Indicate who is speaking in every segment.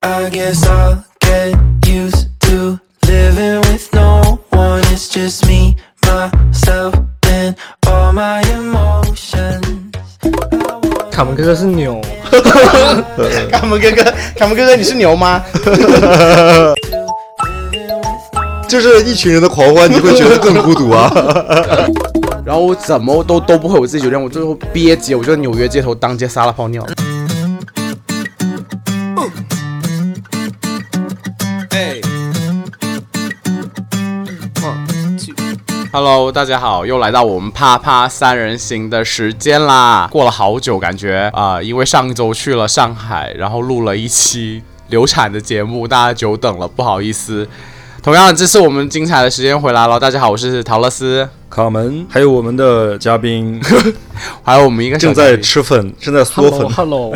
Speaker 1: I guess I'll get used to living with no one. It's just me, myself, and all my emotions.
Speaker 2: 卡门哥哥是牛，
Speaker 3: 卡门哥哥，卡门哥哥，你是牛吗？
Speaker 4: 就是一群人的狂欢，你会觉得更孤独啊。
Speaker 3: 然后我怎么都都不回我自己酒店，我最后憋急，我就在纽约街头当街撒了泡尿。Hello，大家好，又来到我们啪啪三人行的时间啦！过了好久，感觉啊、因为上周去了上海，然后录了一期流产的节目，大家久等了，不好意思。同样，这是我们精彩的时间回来了。大家好，我是陶乐斯，
Speaker 4: 卡门，还有我们的嘉 宾
Speaker 3: 还有我们一个小
Speaker 4: 正在
Speaker 3: 嘉宾
Speaker 4: 吃 粉，正在嗦
Speaker 2: Hello
Speaker 4: 粉。
Speaker 2: Hello，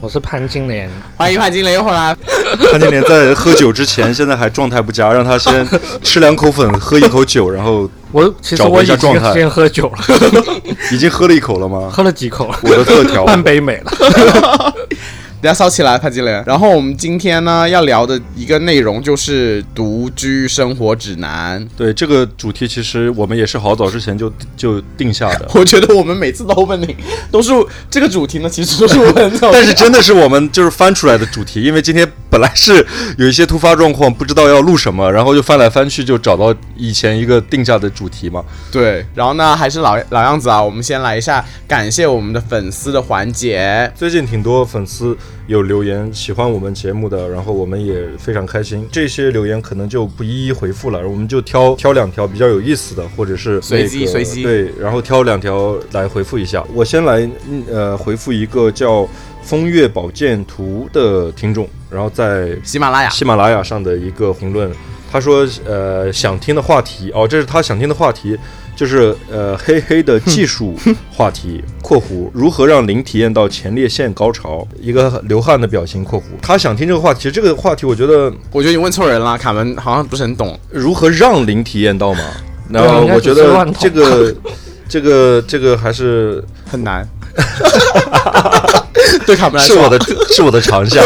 Speaker 2: 我是潘金莲。
Speaker 3: 欢迎潘金莲又回来。
Speaker 4: 潘金莲在喝酒之前，现在还状态不佳，让他先吃两口粉，喝一口酒，然后
Speaker 2: 我其实
Speaker 4: 找
Speaker 2: 我
Speaker 4: 回
Speaker 2: 已
Speaker 4: 一下
Speaker 2: 经
Speaker 4: 状态
Speaker 2: 先喝酒了，
Speaker 4: 已经喝了一口了吗？
Speaker 2: 喝了几口，
Speaker 4: 我的特调，
Speaker 2: 半杯没了。
Speaker 3: 等下烧起来，潘金莲。然后我们今天呢要聊的一个内容就是独居生活指南。，
Speaker 4: 对这个主题，其实我们也是好早之前就就定下的
Speaker 3: 我觉得我们每次的 opening 都是这个主题呢，其实都是我们
Speaker 4: 但是真的是我们就是翻出来的主题，因为今天本来是有一些突发状况，不知道要录什么，然后就翻来翻去就找到以前一个定下的主题嘛。
Speaker 3: 对。然后呢，还是老老样子啊，我们先来一下感谢我们的粉丝的环节。
Speaker 4: 最近挺多粉丝有留言喜欢我们节目的，然后我们也非常开心。这些留言可能就不一一回复了，我们就挑挑两条比较有意思的，或者是、
Speaker 3: 随机
Speaker 4: 那个
Speaker 3: 随机
Speaker 4: 对，然后挑两条来回复一下。我先来嗯呃回复一个叫风月宝剑图的听众，然后在
Speaker 3: 喜马
Speaker 2: 哎
Speaker 3: 拉雅，
Speaker 4: 喜马拉雅上的一个评论，他说呃想听的话题哦，这是他想听的话题，就是呃黑黑的技术 话题（括弧如何让零体验到前列腺高潮），一个流汗的表情（括弧）。他想听这个话题，这个话题我觉得
Speaker 3: 我觉得你问错人了，卡门好像不是很懂。
Speaker 4: 如何让零体 验到嘛？然
Speaker 2: 对
Speaker 4: 后
Speaker 2: 应该
Speaker 4: 我觉
Speaker 2: 只是
Speaker 4: 得
Speaker 2: 乱捅
Speaker 4: 这个这个这个 还是
Speaker 3: 很 难。 对卡门来
Speaker 4: 是
Speaker 3: 说，
Speaker 4: 我的是我的长 项。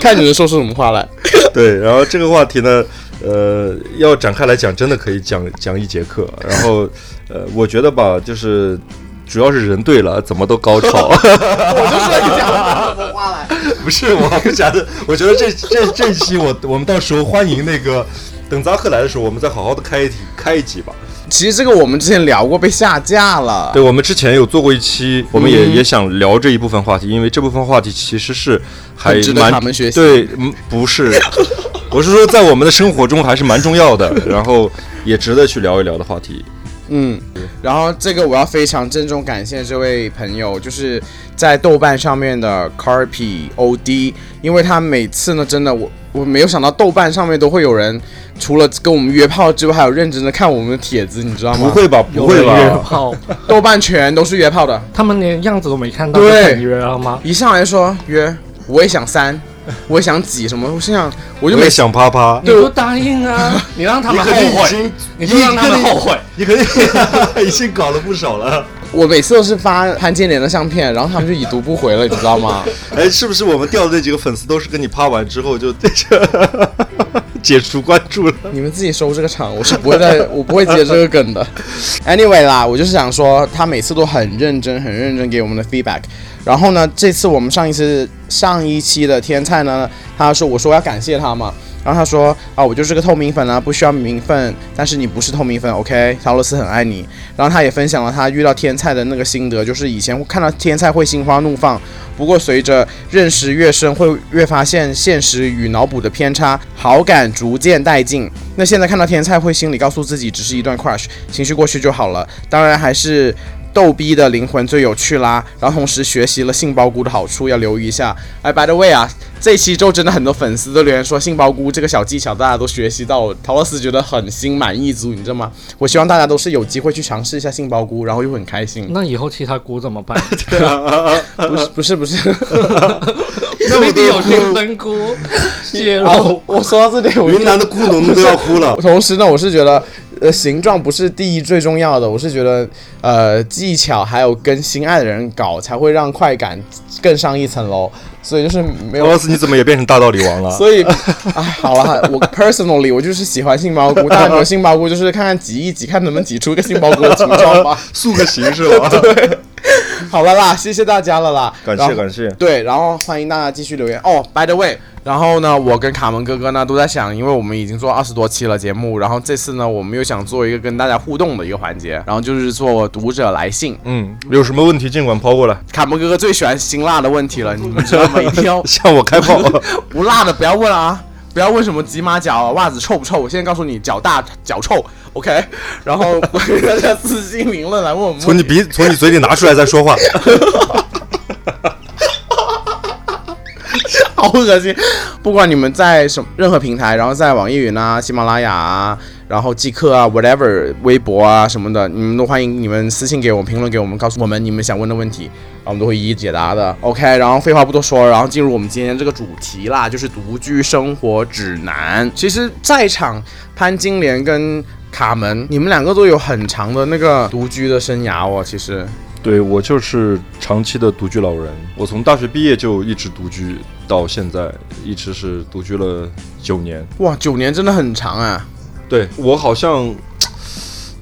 Speaker 3: 看你能说出什么话来。
Speaker 4: 对，然后这个话题呢，呃，要展开来讲，真的可以讲讲一节课。然后，呃，我觉得吧，就是主要是人对了，怎么都高潮。
Speaker 3: 我就说你讲什么话来。
Speaker 4: 不是，我不觉得，我觉得这这这一期我我们到时候欢迎那个等扎克来的时候，我们再好好的开一题开一集吧。
Speaker 3: 其实这个我们之前聊过，被下架了。
Speaker 4: 对，我们之前有做过一期，我们也、也想聊这一部分话题，因为这部分话题其实是还
Speaker 3: 很值得
Speaker 4: 蛮
Speaker 3: 他们学习
Speaker 4: 对，嗯不是， 我是说在我们的生活中还是蛮重要 的，然后也值得去聊一聊的话题。
Speaker 3: 嗯，然后这个我要非常郑重感谢这位朋友，就是在豆瓣上面的 Carpi OD，因为他每次呢，真的我我没有想到豆瓣上面都会有人，除了跟我们约炮之外，还有认真的看我们的帖子，你知道
Speaker 4: 不
Speaker 3: 吗？
Speaker 4: 会吧？不会
Speaker 2: 有人约
Speaker 4: 吧？
Speaker 2: 炮，
Speaker 3: 豆瓣全都是约炮的，
Speaker 2: 他们连样子都没看到就
Speaker 3: 对
Speaker 2: 敢约了吗？
Speaker 3: 一上来说约，我也想 三，我也想几什么，我心想我
Speaker 4: 我
Speaker 3: 就
Speaker 4: 也
Speaker 3: 没
Speaker 4: 想啪啪。
Speaker 2: 你不答应啊！ 你让他
Speaker 4: 你
Speaker 2: 们后
Speaker 4: 肯定已
Speaker 2: 悔，
Speaker 4: 经，
Speaker 2: 你就让他们后悔。
Speaker 4: 你肯定 已经搞了不少了。
Speaker 3: 我每次都是发潘金莲的相片，然后他们就已读不回了，你知道吗？
Speaker 4: 哎，是不是我们掉的那几个粉丝都是跟你啪完之后就 解除关注了？
Speaker 3: 你们自己收这个场，我是不会再， 我不会接这个梗的。Anyway 啦，我就是想说，他每次都很认真，很认真给我们的 feedback。然后呢，这次我们上一次上一期的天菜呢，他说我说要感谢他嘛，然后他说啊，我就是个透明粉啊，不需要名分，但是你不是透明粉，OK？陶乐斯很爱你。然后他也分享了他遇到天菜的那个心得，就是以前看到天菜会心花怒放，不过随着认识越深，会越发现现实与脑补的偏差，好感逐渐殆尽。那现在看到天菜，会心里告诉自己只是一段 crush，情绪过去就好了。当然还是。逗逼的灵魂最有趣啦，然后同时学习了杏鲍菇的好处，要留意一下。哎，by the way 啊，这期周真的很多粉丝都留言说杏鲍菇这个小技巧大家都学习到了，陶乐斯觉得很心满意足，你知道吗？我希望大家都是有机会去尝试一下杏鲍菇，然后又很开心。
Speaker 2: 那以后其他菇怎么 办？
Speaker 3: 不是不是 不是，
Speaker 2: 那一定有青针菇、蟹肉。
Speaker 4: 哦
Speaker 3: 哦我说到这里，我就
Speaker 4: 云南的菇农都要哭了。
Speaker 3: 同时呢，我是觉得呃形状不是第一最重要的，我是觉得呃技巧还有跟心爱的人搞才会让快感更上一层楼，所以就是没有
Speaker 4: 罗斯，你怎么也变成大道理王了？
Speaker 3: 所以，哎，好了，我 personally 我就是喜欢杏鲍菇，大家没有杏鲍菇，就是看看挤一挤，看能不能挤出个杏鲍菇的形状吧。
Speaker 4: 塑个形是吧？
Speaker 3: 好了啦，谢谢大家了啦，
Speaker 4: 感
Speaker 3: 然
Speaker 4: 谢
Speaker 3: 后
Speaker 4: 感谢。
Speaker 3: 对，然后欢迎大家继续留言哦。by the way，然后呢，我跟卡门哥哥呢都在想，因为我们已经做二十多期了节目，然后这次呢，我们又想做一个跟大家互动的一个环节，然后就是做读者来信。
Speaker 4: 嗯，有什么问题尽管抛过来，
Speaker 3: 卡门哥哥最喜欢辛辣的问题了，你们知道吗？一定 要
Speaker 4: 向我开炮。
Speaker 3: 不辣的不要问啊，不要问什么鸡马脚啊、袜子臭不臭。我现在告诉你，脚大脚臭，OK。然后 欢迎大家私信评论来问我们问题。
Speaker 4: 从你鼻从你嘴里拿出来再 说话。
Speaker 3: 好恶心！不管你们在什么任何平台，然后在网易云啊、喜马拉雅啊，然后即刻啊、whatever、微博啊什么的，你们都欢迎你们私信给我们评论给我们，告诉我们你们想问的问题，然后我们都会一一解答的。OK，然后废话不多说，然后进入我们今天这个主题啦，就是独居生活指南。其实，在场潘金莲跟卡门，你们两个都有很长的那个独居的生涯哦。其实，
Speaker 4: 对我就是长期的独居老人，我从大学毕业就一直独居到现在，一直是独居了九年。
Speaker 3: 哇，九年真的很长啊。
Speaker 4: 对我好像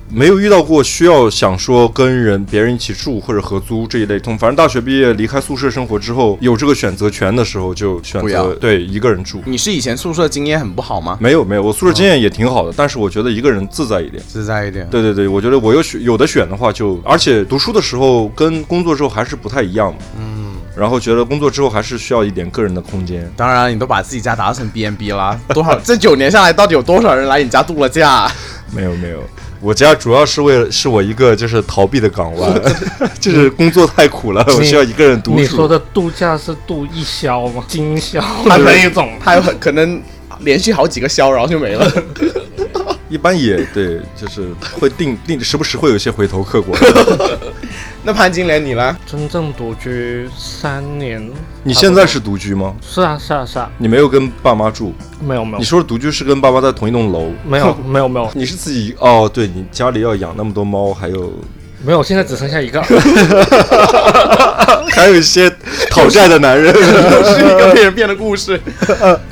Speaker 4: 没有遇到过需要想说跟人别人一起住或者合租这一类痛。反正大学毕业离开宿舍生活之后，有这个选择权的时候，就选
Speaker 3: 不要
Speaker 4: 择对一个人住。
Speaker 3: 你是以前宿舍经验很不好吗？
Speaker 4: 没有没有，我宿舍经验也挺好的，但是我觉得一个人自在一点。
Speaker 3: 自在一点。
Speaker 4: 对对对，我觉得我有选有的选的话就，而且读书的时候跟工作之后还是不太一样的。嗯，然后觉得工作之后还是需要一点个人的空间。
Speaker 3: 当然，你都把自己家打造成 B N B 啦，多少这九年下来，到底有多少人来你家度了 假？
Speaker 4: 没有没有，我家主要是为了是我一个就是逃避的港 湾，就是工作太苦 了，我需要一个人独
Speaker 2: 你说
Speaker 4: 处。
Speaker 2: 的度假是度一宵吗？今 宵的那一种吗？
Speaker 3: 他有很可能连续好几个宵，然后就没 了。
Speaker 4: 一般也对，就是会定定时不时会有一些回头客 过来。
Speaker 3: 那潘金莲你呢？
Speaker 2: 真正独居三年，啊
Speaker 4: 你现在是独居吗？
Speaker 2: 是啊是啊是啊，
Speaker 4: 你没有跟爸妈住？
Speaker 2: 没有没有
Speaker 4: 你说的独居是跟爸妈在同一栋楼？
Speaker 2: 没 有没有没有
Speaker 4: 你是自己哦？对你家里要养那么多猫，还有
Speaker 2: 没有，现在只剩下一个。
Speaker 4: 还有一些讨债的 男人。
Speaker 3: 是一个骗人骗的故事。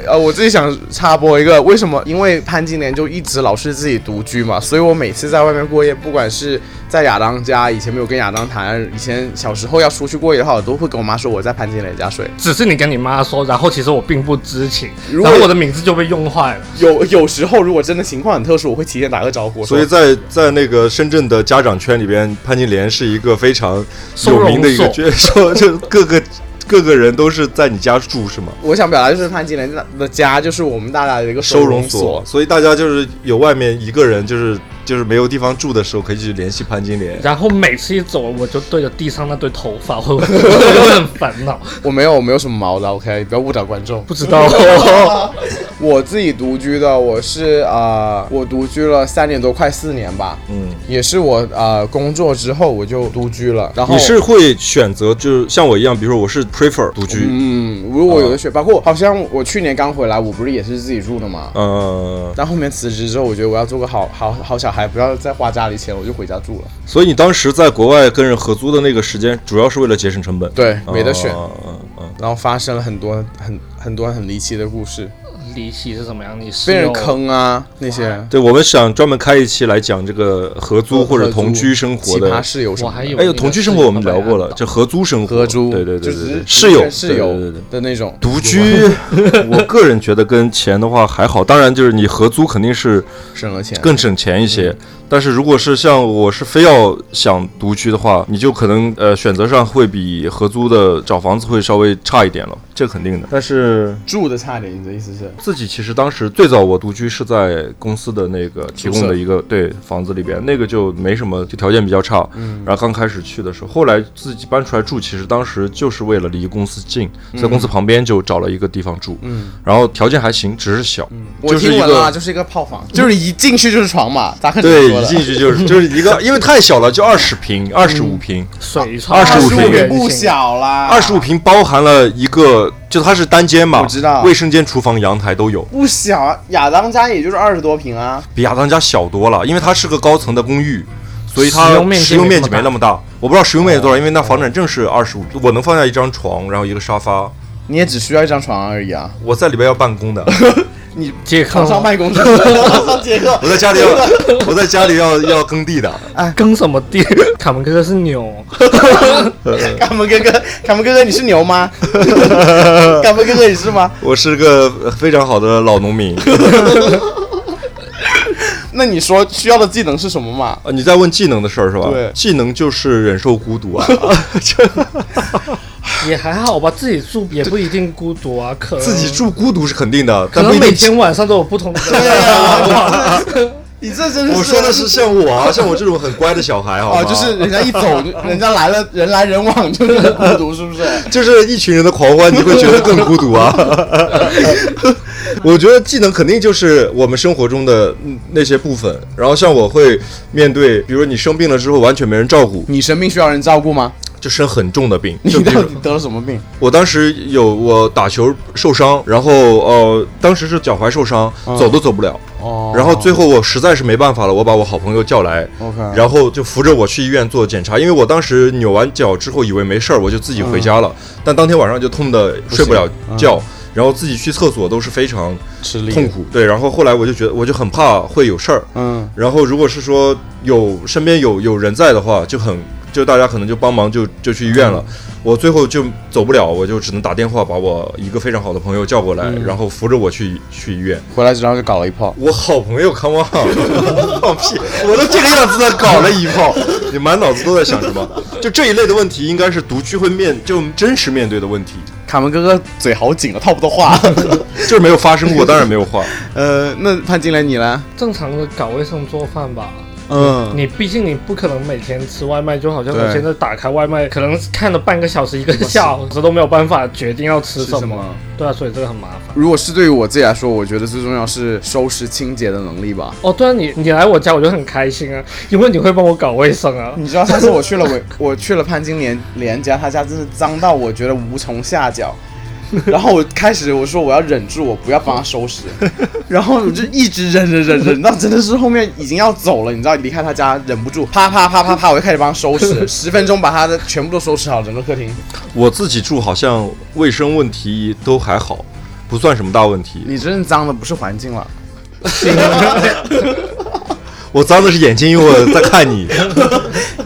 Speaker 3: 呃，我自己想插播一个，为什么？因为潘金莲就一直老是自己独居嘛，所以我每次在外面过夜，不管是在亚当家，以前没有跟亚当谈，以前小时候要出去过夜的话，我都会跟我妈说我在潘金莲家睡。
Speaker 2: 只是你跟你妈说，然后其实我并不知情，
Speaker 3: 如
Speaker 2: 然
Speaker 3: 果
Speaker 2: 后我的名字就被用坏 了。
Speaker 3: 有有时候如果真的情况很特殊，我会提前打个招呼。
Speaker 4: 所以在在那个深圳的家长圈里边，潘金莲是一个非常有名的一个
Speaker 2: 收
Speaker 4: 角色， 就各个各个人都是在你家住是吗？
Speaker 3: 我想表达就是潘金莲的家就是我们大大的一个
Speaker 4: 收容
Speaker 3: 容
Speaker 4: 所，所以大家就是有外面一个人就是就是没有地方住的时候，可以去联系潘金莲。
Speaker 2: 然后每次一走，我就对着地上那堆头发， 我我就很烦恼。
Speaker 3: 我没有，我没有什么毛的，OK，你不要误导观众。
Speaker 2: 不知 道，
Speaker 3: 我自己独居的，我是呃，我独居了三年多，快四年吧，
Speaker 4: 嗯，
Speaker 3: 也是我呃工作之后我就独居了。然后
Speaker 4: 你是会选择就是像我一样，比如说我是 prefer 独居，
Speaker 3: 嗯，如果有的选，包括好像我去年刚回来，我不是也是自己住的嘛。
Speaker 4: 呃，
Speaker 3: 但后面辞职之后，我觉得我要做个好好好小孩，不要再花家里钱，我就回家住了。
Speaker 4: 所以你当时在国外跟人合租的那个时间，主要是为了节省成本。
Speaker 3: 对没得选
Speaker 4: 嗯嗯嗯
Speaker 3: 然后发生了很多很很多很离奇的故事，
Speaker 2: 离奇是怎么样？你室
Speaker 3: 被人
Speaker 4: 哦
Speaker 2: 友
Speaker 3: 坑啊那些。
Speaker 4: 对，我们想专门开一期来讲这个合租或者同居生活
Speaker 3: 嗯奇葩
Speaker 4: 的。
Speaker 3: 室友什么
Speaker 2: 我
Speaker 3: 的，
Speaker 2: 还有
Speaker 4: 哎
Speaker 2: 那
Speaker 4: 呦，
Speaker 2: 个
Speaker 4: 同居
Speaker 2: 室
Speaker 4: 生
Speaker 2: 友
Speaker 4: 活我们
Speaker 2: 被
Speaker 4: 聊过
Speaker 2: 按
Speaker 4: 了，
Speaker 2: 倒
Speaker 4: 这合租生活，
Speaker 3: 合租，
Speaker 4: 对对对
Speaker 3: 就
Speaker 4: 对
Speaker 3: 只
Speaker 4: 对，
Speaker 3: 是
Speaker 4: 室友
Speaker 3: 室
Speaker 4: 对对
Speaker 3: 友
Speaker 4: 对对。
Speaker 3: 的那种。
Speaker 4: 独居，我个人觉得跟钱的话还好，当然就是你合租肯定是
Speaker 3: 省了钱，
Speaker 4: 更省钱一
Speaker 3: 嗯
Speaker 4: 些。但是如果是像我是非要想独居的话，你就可能呃选择上会比合租的找房子会稍微差一点了，这肯定的。但是
Speaker 3: 住的差点。你的意思是？
Speaker 4: 自己其实当时最早我独居是在公司的那个提供的一个对房子里边，那个就没什么，就条件比较差。
Speaker 3: 嗯
Speaker 4: 然后刚开始去的时候，后来自己搬出来住，其实当时就是为了离公司近，
Speaker 3: 嗯
Speaker 4: 在公司旁边就找了一个地方住。然后条件还行，只是小，
Speaker 3: 嗯我
Speaker 4: 就是
Speaker 3: 听
Speaker 4: 一
Speaker 3: 闻了，
Speaker 4: 个。
Speaker 3: 就是一个炮房，就是一进去就是床嘛，咋可能说
Speaker 4: 对，一
Speaker 3: 的嗯
Speaker 4: 进去 就是就是一个，因为太小了，就二十平、二十五平，
Speaker 2: 水
Speaker 4: 二
Speaker 2: 床
Speaker 4: 十
Speaker 3: 25
Speaker 4: 五平
Speaker 3: 也不，小啦，
Speaker 4: 二十五平包含了一个就它是单间嘛，
Speaker 3: 我知道
Speaker 4: 卫生间、厨房、阳台都有，
Speaker 3: 不小啊，亚当家也就是二十多平啊。
Speaker 4: 比亚当家小多了，因为它是个高层的公寓，所以它
Speaker 2: 使用面积
Speaker 4: 使用面积
Speaker 2: 没那哦
Speaker 4: 没那么大。我不知道使用面积多少，因为那房产证是二十五，我能放下一张床，然后一个沙 发，
Speaker 3: 你也只需要一张床而已啊！
Speaker 4: 我在里边要办公的，
Speaker 2: 杰克
Speaker 3: 床上办公室，床上杰克
Speaker 4: 哦 我在家里要我在家里要要耕地的，
Speaker 2: 跟什么地？卡门哥哥是牛，
Speaker 3: 卡门哥哥，卡门哥哥，你是牛 吗？卡门哥哥，你是吗？
Speaker 4: 我是个非常好的老农 民。啊
Speaker 3: 那你说需要的技能是什么嘛？
Speaker 4: 啊，你在问技能的事儿是吧？
Speaker 3: 对
Speaker 4: 技能就是忍受孤 独啊，
Speaker 2: 也还好吧，自己住也不一定孤独啊，可能
Speaker 4: 自己，住孤独是肯定的，
Speaker 2: 可
Speaker 4: 但不
Speaker 2: 能
Speaker 4: 一
Speaker 2: 每
Speaker 4: 定。
Speaker 2: 天晚上都有不 同的。
Speaker 3: 你这真的是
Speaker 4: 我说的是像我啊，像我这种很乖的小孩，好吗？
Speaker 2: 啊
Speaker 3: 哦，就是人家一走，人家来了，人来人往，就是很孤独，是不是？
Speaker 4: 就是一群人的狂欢，你会觉得更孤独啊。我觉得技能肯定就是我们生活中的嗯那些部分，然后像我会面对，比如说你生病了之后完全没人照顾，
Speaker 3: 你生病需要人照顾吗？
Speaker 4: 就生很重的病，
Speaker 3: 你
Speaker 4: 就比如
Speaker 3: 到底得了什么病？
Speaker 4: 我当时有我打球受伤，然后呃，当时是脚踝受伤，走都走不了。
Speaker 3: 哦
Speaker 4: 然后最后我实在是没办法了，我把我好朋友叫来
Speaker 3: OK
Speaker 4: 然后就扶着我去医院做检查，因为我当时扭完脚之后以为没事儿，我就自己回家了，
Speaker 3: 嗯
Speaker 4: 但当天晚上就痛的睡不了觉。然后自己去厕所都是非常
Speaker 3: 吃力
Speaker 4: 痛苦，对。然后后来我就觉得，我就很怕会有事儿，
Speaker 3: 嗯，
Speaker 4: 然后如果是说有身边有有人在的话，就很就大家可能就帮忙就就去医院了。
Speaker 3: 嗯
Speaker 4: 我最后就走不了，我就只能打电话把我一个非常好的朋友叫过来，
Speaker 3: 嗯
Speaker 4: 然后扶着我去去医院。
Speaker 3: 回来之后就搞了一炮。
Speaker 4: 我好朋友 come on，放屁！我都这个样子的搞了一炮，你满脑子都在想什么？就这一类的问题，应该是独居会面就真实面对的问题，
Speaker 3: 卡门哥哥嘴好紧啊，套不动 话。
Speaker 4: 就是没有发生过，当然没有话。
Speaker 3: 呃，那潘金莲你呢？
Speaker 2: 正常的搞卫生做饭吧。
Speaker 3: 嗯，
Speaker 2: 你毕竟你不可能每天吃外卖，就好像
Speaker 3: 对
Speaker 2: 我现在打开外卖，可能看了半个小时、一个小时都没有办法决定要吃
Speaker 3: 吃
Speaker 2: 什么。
Speaker 3: 什么
Speaker 2: 对啊，所以这个很麻烦。
Speaker 3: 如果是对于我自己来说，我觉得最重要是收拾清洁的能力吧。
Speaker 2: 哦，对啊，你你来我家我就很开心啊，因为你会帮我搞卫生啊。
Speaker 3: 你知道上次我去了我 我去了潘金莲莲家，她家真是脏到我觉得无从下脚。然后我开始我说我要忍住，我不要帮她收拾，然后我就一直忍忍忍忍到真的是后面已经要走了，你知道离开她家忍不住，啪啪啪啪啪，我就开始帮她收 拾，十分钟把她的全部都收拾好，整个客厅。
Speaker 4: 我自己住好像卫生问题都还好，不算什么大问题。
Speaker 3: 你真正脏的不是环境了，
Speaker 4: 我脏的是眼睛，因为我在看你。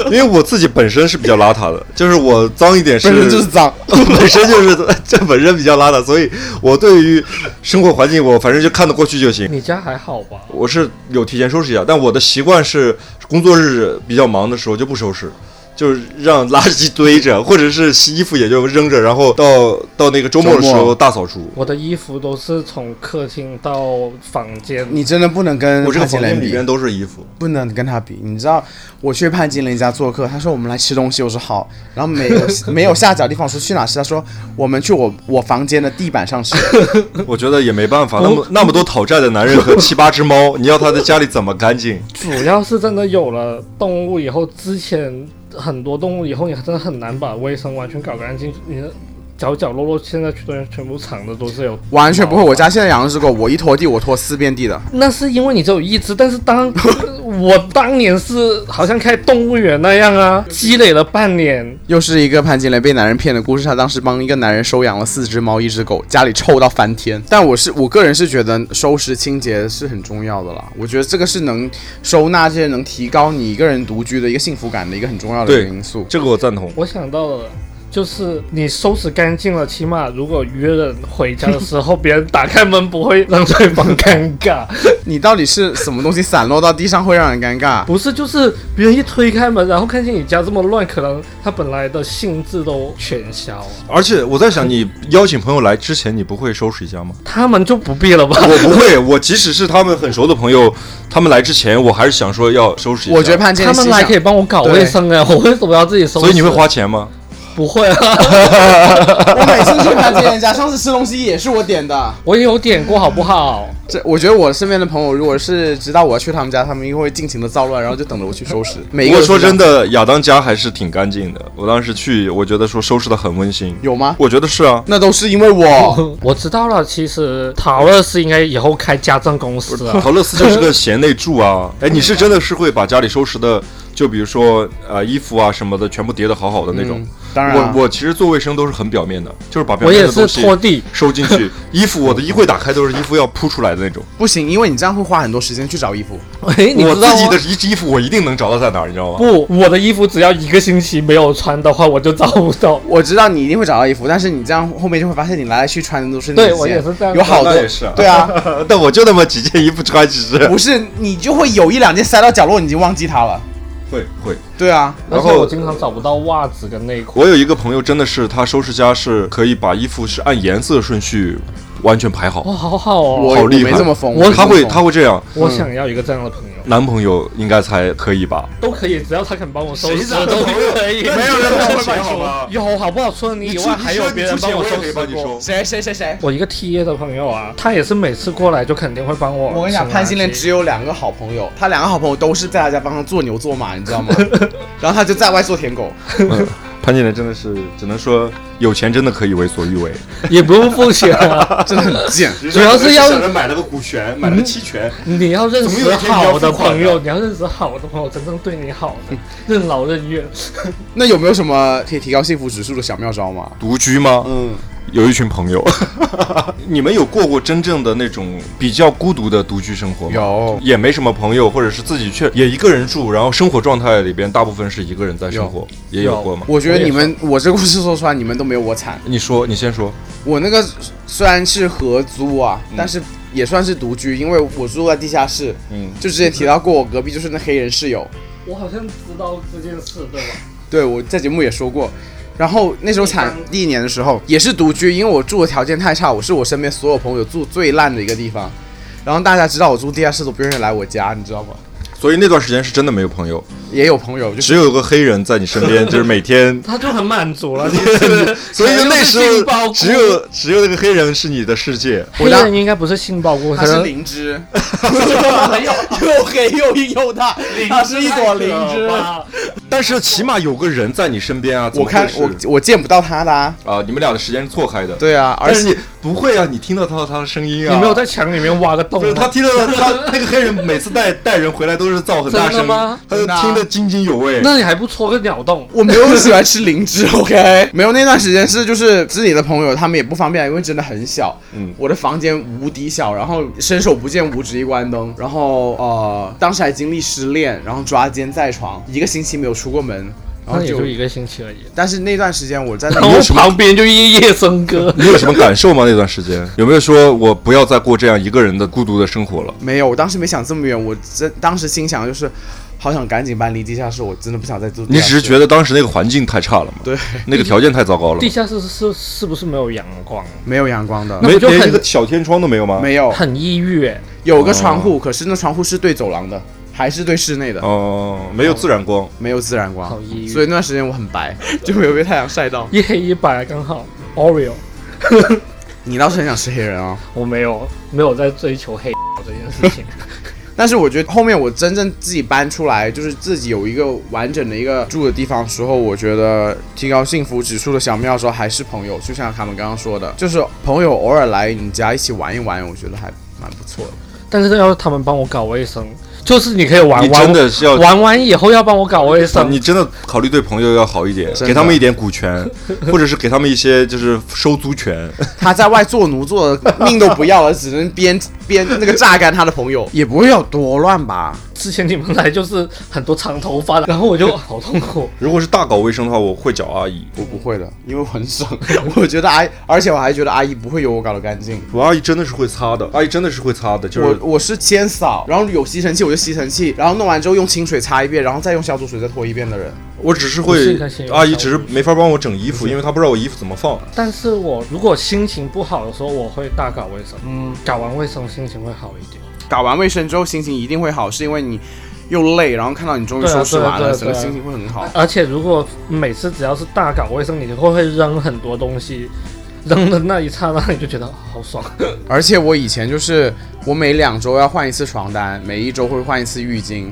Speaker 4: 因为我自己本身是比较邋遢的，就是我脏一点是
Speaker 3: 本身就是，脏。
Speaker 4: 本身就是这本身比较邋遢，所以我对于生活环境我反正就看得过去就行。
Speaker 2: 你家还好吧？
Speaker 4: 我是有提前收拾一下，但我的习惯是工作日比较忙的时候就不收拾，就是让垃圾堆着，或者是洗衣服也就扔着，然后到到那个周末的时
Speaker 3: 周
Speaker 4: 候
Speaker 3: 末
Speaker 4: 大扫除。
Speaker 2: 我的衣服都是从客厅到房间，
Speaker 3: 你真的不能跟
Speaker 4: 我这个
Speaker 3: 潘
Speaker 4: 房
Speaker 3: 金
Speaker 4: 间
Speaker 3: 莲
Speaker 4: 里
Speaker 3: 比
Speaker 4: 边，都是 衣服，
Speaker 3: 不能跟她比。你知道我去潘金莲家做客，她说我们来吃东西，我说好，然后没有 没有下脚地方，我说去哪吃？她说我们去我我房间的地板上 吃。
Speaker 4: 我觉得也没办
Speaker 3: 嗯
Speaker 4: 法。那么那么多讨债的男人和七八只猫，你要他在家里怎么干净？
Speaker 2: 主要是真的有了动物以后，之前很多动物以后你真的很难把卫生完全搞干净，你的角角落落现在全全部藏的都是有。
Speaker 3: 完全不会，我家现在养的只狗，我一拖地我拖四遍地的。
Speaker 2: 那是因为你只有一只，但是 当我当年是好像开动物园那样啊，积累了半年，
Speaker 3: 又是一个潘金莲被男人骗的故事。她当时帮一个男人收养了四只猫、一只狗，家里臭到翻天。 但我是我个人是觉得收拾清洁是很重要的啦。我觉得这个是能收纳这些能提高你一个人独居的一个幸福感的一个很重要的
Speaker 4: 对
Speaker 3: 因素。
Speaker 4: 这个我赞同。
Speaker 2: 我想到了。就是你收拾干净了，起码如果约人回家的 时候，别人打开门不会让对方尴尬。
Speaker 3: 你到底是什么东西散落到地上会让人尴尬？
Speaker 2: 不是，就是别人一推开门，然后看见你家这么乱，可能他本来的兴致都全消了。
Speaker 4: 而且我在想，你邀请朋友来之前，你不会收拾一下吗？
Speaker 2: 他们就不必了吧？
Speaker 4: 我不会，我即使是他们很熟的朋友，他们来之前，我还是想说要收拾一下。
Speaker 3: 我觉得潘金
Speaker 2: 他
Speaker 3: 莲
Speaker 2: 们
Speaker 3: 心
Speaker 2: 来
Speaker 3: 想
Speaker 2: 可以帮我搞卫生哎，我为什么要自己收拾？
Speaker 4: 所以你会？花钱吗？
Speaker 2: 不会啊，
Speaker 3: 我每次去潘金莲家，上次吃东西也是我点的。
Speaker 2: 我也有点过好不好？
Speaker 3: 这我觉得我身边的朋友，如果是知道我要去他们家，他们应该会尽情的躁乱，然后就等着我去收 拾。每一个
Speaker 4: 不过
Speaker 3: 人
Speaker 4: 说
Speaker 3: 都这样
Speaker 4: 真，的，亚当家还是挺干净的。我当时去，我觉得说收拾的很温馨。
Speaker 3: 有吗？
Speaker 4: 我觉得 是啊，
Speaker 3: 那都是因为我。
Speaker 2: 哦我知道了，其实陶乐斯应该以后开家政公司啊。
Speaker 4: 陶乐斯就是个贤内助啊。哎，你是真的是会把家里收拾的，就比如说呃衣服啊什么的，全部叠的好好的那种。
Speaker 3: 当然啊
Speaker 4: 我我其实做卫生都是很表面的，就是把表
Speaker 2: 我
Speaker 4: 面
Speaker 2: 也
Speaker 4: 的
Speaker 2: 是
Speaker 4: 东西
Speaker 2: 拖地，
Speaker 4: 收进 去。衣服，我的衣柜打开都是衣服要铺出来的那种。
Speaker 3: 不行，因为你这样会花很多时间去找衣服。
Speaker 2: 哎，你
Speaker 4: 我
Speaker 2: 知道
Speaker 4: 自己
Speaker 2: 吗
Speaker 4: 的？衣衣服我一定能找到在哪儿，你知道吗？
Speaker 2: 不，我的衣服只要一个星期没有穿的话，我就找不到。
Speaker 3: 我知道你一定会找到衣服，但是你这样后面就会发现你来来去穿的都是那
Speaker 2: 对
Speaker 3: 几件
Speaker 2: 我也是这样
Speaker 3: 有好多
Speaker 4: 那也是啊
Speaker 3: 对 啊，
Speaker 4: 但我就 那么几件衣服穿，其实
Speaker 3: 不是你就会有一两件塞到角落，你已经忘记它了。
Speaker 4: 会会。
Speaker 3: 对啊，
Speaker 2: 而
Speaker 4: 然
Speaker 2: 且
Speaker 4: 后
Speaker 2: 我经常找不到袜子跟内裤。
Speaker 4: 我有一个朋友，真的是他收拾家是可以把衣服是按颜色顺序完全排
Speaker 2: 哇，
Speaker 4: 好，
Speaker 2: 好好哦！
Speaker 3: 我
Speaker 4: 好厉害
Speaker 3: 没这么疯，
Speaker 2: 我
Speaker 3: 没这
Speaker 4: 他
Speaker 3: 么
Speaker 4: 会
Speaker 3: 疯
Speaker 4: 他会这样。
Speaker 2: 我想要一个这样的朋友，
Speaker 4: 男朋友应该才可以吧？
Speaker 2: 都可以，只要他肯帮我收
Speaker 4: 谁
Speaker 2: 拾，
Speaker 4: 找
Speaker 2: 我
Speaker 4: 的
Speaker 2: 都
Speaker 4: 朋友
Speaker 2: 可以。
Speaker 4: 没有人帮我收拾好吧
Speaker 2: 有好不好？除了你以外，还有别人帮我收拾过。
Speaker 3: 谁谁谁谁。
Speaker 2: 我一个 T A 的朋友啊，他也是每次过来就肯定会帮我。啊
Speaker 3: 我跟你讲，潘金莲只有两个好朋友，他两个好朋友都是在他家帮他做牛做马，你知 道吗？然后他就在外做舔狗。
Speaker 4: 嗯潘金莲真的是，只能说有钱真的可以为所欲为，
Speaker 2: 也不用付钱啊，
Speaker 3: 真的很贱。嗯
Speaker 2: 主要是要
Speaker 4: 买了个股权，买了期权，
Speaker 2: 你要认
Speaker 4: 总有
Speaker 2: 识
Speaker 4: 一天你要
Speaker 2: 好的
Speaker 4: 付款
Speaker 2: 朋
Speaker 4: 的
Speaker 2: 友，你要认识好的朋友，真正对你好 的，任劳任怨。
Speaker 3: 那有没有什么可以提高幸福指数的小妙招吗？
Speaker 4: 独居吗？
Speaker 3: 嗯，
Speaker 4: 有一群朋友， 你们有过过真正的那种比较孤独的独居生活吗？
Speaker 3: 有
Speaker 4: 也没什么朋友，或者是自己去也一个人住，然后生活状态里边大部分是一个人在生活，也有过吗？
Speaker 3: 我觉得你们，我这故事说出来，你们都没有我惨。
Speaker 4: 你说，你先说。
Speaker 3: 我那个虽然是合租啊，但是也算是独居，因为我住在地下室。
Speaker 4: 嗯，
Speaker 3: 就之前提到过，我隔壁就是那黑人室友，
Speaker 2: 我好像知道这件事，对吧？
Speaker 3: 对我在节目也说过。然后那时候惨第一年的时候也是独居，因为我住的条件太差，我是我身边所有朋友住最烂的一个地方。然后大家知道我住地下室都不愿意来我家，你知道吗？
Speaker 4: 所以那段时间是真的没有朋友，
Speaker 3: 也有朋友就是
Speaker 4: 只有个黑人在你身边，就是每 天。
Speaker 2: 他就很满足 了，就是
Speaker 4: 所以就那时
Speaker 2: 可能就是杏鲍
Speaker 4: 候，
Speaker 2: 菇
Speaker 4: 只有只有那个黑人是你的世界。
Speaker 2: 黑人应该不是杏鲍菇，
Speaker 3: 他是灵芝， 又黑又硬又大，他是一朵 灵芝。
Speaker 4: 啊但是起码有个人在你身边啊！怎
Speaker 3: 我
Speaker 4: 么
Speaker 3: 看
Speaker 4: 会
Speaker 3: 我
Speaker 4: 是
Speaker 3: 我见不到他的、啊，
Speaker 4: 啊，你们俩的时间是错开的。，
Speaker 3: 对啊，而
Speaker 4: 但
Speaker 3: 且
Speaker 4: 是你不会啊，你听得到他的声音啊。
Speaker 2: 你没有在墙里面挖个洞啊
Speaker 4: 不是他
Speaker 2: 吗？
Speaker 4: 听得到他那个黑人每 次带带人回来都是造很大声
Speaker 2: 真的吗，
Speaker 4: 他就听得津津有味。
Speaker 2: 那你还不戳个鸟洞？
Speaker 3: 我没有喜欢吃灵 芝，OK？没有那段时间是就是自己的朋友，他们也不方便，因为真的很小。
Speaker 4: 嗯
Speaker 3: 我的房间无敌小，然后伸手不见五指一关灯，然后呃，当时还经历失恋，然后抓奸在床，一个星期没有出过门，然
Speaker 2: 那
Speaker 3: 后
Speaker 2: 也
Speaker 3: 就
Speaker 2: 就。一个星期而已。
Speaker 3: 但是那段时间我在那
Speaker 2: 然 后旁边就夜夜笙
Speaker 4: ，
Speaker 2: 歌
Speaker 4: 你有什么感受吗？那段时间有没有说我不要再过这样一个人的孤独的生活了？
Speaker 3: 没有，我当时没想这么远，我真当时心想就是，好想赶紧搬离地下室，我真的不想再住地
Speaker 4: 你
Speaker 3: 下室。
Speaker 4: 只是觉得当时那个环境太差了吗？
Speaker 3: 对，
Speaker 4: 那个条件太糟糕了
Speaker 2: 地，下室是是不是没有阳光？
Speaker 3: 没有阳光的，
Speaker 2: 那
Speaker 4: 没
Speaker 2: 不就
Speaker 4: 连
Speaker 2: 很
Speaker 4: 一个小天窗都没有吗？
Speaker 3: 没有，
Speaker 2: 很抑郁哎，
Speaker 3: 有个窗户，可是那窗户是对走廊的，还是对室内的，
Speaker 4: 哦，没有自然光。
Speaker 3: 没有自然光
Speaker 2: 好抑，郁
Speaker 3: 所以那段时间我很白， 就没有被太阳晒到。
Speaker 2: 一黑一白刚好。Oreo，
Speaker 3: 你倒是很想吃黑人啊、
Speaker 2: 我没有没有在追求黑 这件事情。
Speaker 3: 但是我觉得后面我真正自己搬出来，就是自己有一个完整的一个住的地方的时候，我觉得提高幸福指数的小妙招还是朋友，就像他们刚刚说的，就是朋友偶尔来你家一起玩一玩，我觉得还蛮不错的。
Speaker 2: 但是要他们帮我搞卫生，就是你可以玩
Speaker 4: 你
Speaker 2: 玩
Speaker 4: 真的是要
Speaker 2: 玩完以后要帮我搞卫生，
Speaker 4: 你真的考虑对朋友要好一点，
Speaker 3: 真的
Speaker 4: 给他们一点股权，或者是给他们一些就是收租权。
Speaker 3: 他在外做奴做的命都不要了，只能编 编那个榨干他的朋友，也不会有多乱吧？
Speaker 2: 之前你们来就是很多长头发的，然后我 就好痛苦。
Speaker 4: 如果是大搞卫生的话，我会找阿姨，
Speaker 3: 我不会的，因为我很省。 我觉得阿姨，而且我还觉得阿姨不会有我搞得干净。
Speaker 4: 我阿姨真的是会擦的，阿姨真的是会擦的，就是
Speaker 3: 我我是先扫，然后有吸尘器我就吸尘器，然后弄完之后用清水擦一遍，然后再用消毒水再拖一遍的人。
Speaker 4: 我只是
Speaker 2: 不是
Speaker 4: 会
Speaker 2: 一开始有
Speaker 4: 阿姨
Speaker 2: 小
Speaker 4: 只是
Speaker 2: 问题
Speaker 4: 没法帮我整衣服，因为她不知道我衣服怎么放。
Speaker 2: 但是我如果心情不好的时候，我会大搞卫生，嗯，搞完卫生心情会好一点。
Speaker 3: 搞完卫生之后心情一定会好，是因为你又累，然后看到你终于
Speaker 2: 对啊
Speaker 3: 收拾完
Speaker 2: 对啊对
Speaker 3: 了，
Speaker 2: 啊
Speaker 3: 整个
Speaker 2: 对啊
Speaker 3: 心情会很好。
Speaker 2: 而且如果每次只要是大搞卫生，你就会会扔很多东西，扔的那一刹那，你就觉得好爽。
Speaker 3: 而且我以前就是我每两周要换一次床单，每一周会换一次浴巾，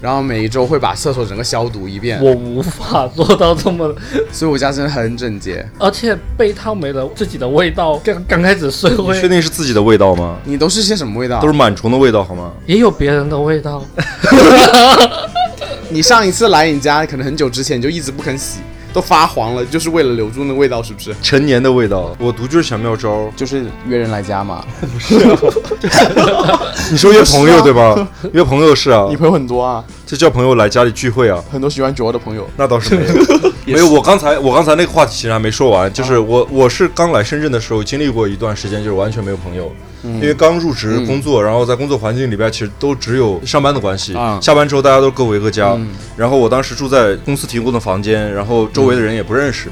Speaker 3: 然后每一周会把厕所整个消毒一遍，
Speaker 2: 我无法做到这么，
Speaker 3: 所以我家真的很整洁。
Speaker 2: 而且被套没了自己的味道，刚刚开始睡
Speaker 4: 你
Speaker 2: 会啊
Speaker 4: 确定是自己的味道吗？
Speaker 3: 你都是些什么味道？
Speaker 4: 都是螨虫的味道好吗？
Speaker 2: 也有别人的味 道。
Speaker 3: 你上一次来你家，可能很久之前你就一直不肯洗，都发黄了，就是为了留住那味道，是不是？
Speaker 4: 陈年的味道。我独居小 妙招，
Speaker 3: 就是约人来家嘛，
Speaker 4: 你说约朋
Speaker 2: 啊
Speaker 4: 友
Speaker 3: 不
Speaker 4: 对吧？约朋友是啊，
Speaker 3: 你朋友很多啊，
Speaker 4: 就叫朋友来家里聚会啊。
Speaker 3: 很多喜欢酒的朋友。
Speaker 4: 那倒 是没有，没有。我刚才我刚才那个话题其实还没说完，
Speaker 3: 啊
Speaker 4: 就是我我是刚来深圳的时候经历过一段时间，就是完全没有朋友，
Speaker 3: 嗯
Speaker 4: 因为刚入职工作，然后在工作环境里边其实都只有上班的关系
Speaker 3: 啊，嗯
Speaker 4: 下班之后大家都各回各家。然后我当时住在公司提供的房间，然后周围的人也不认识。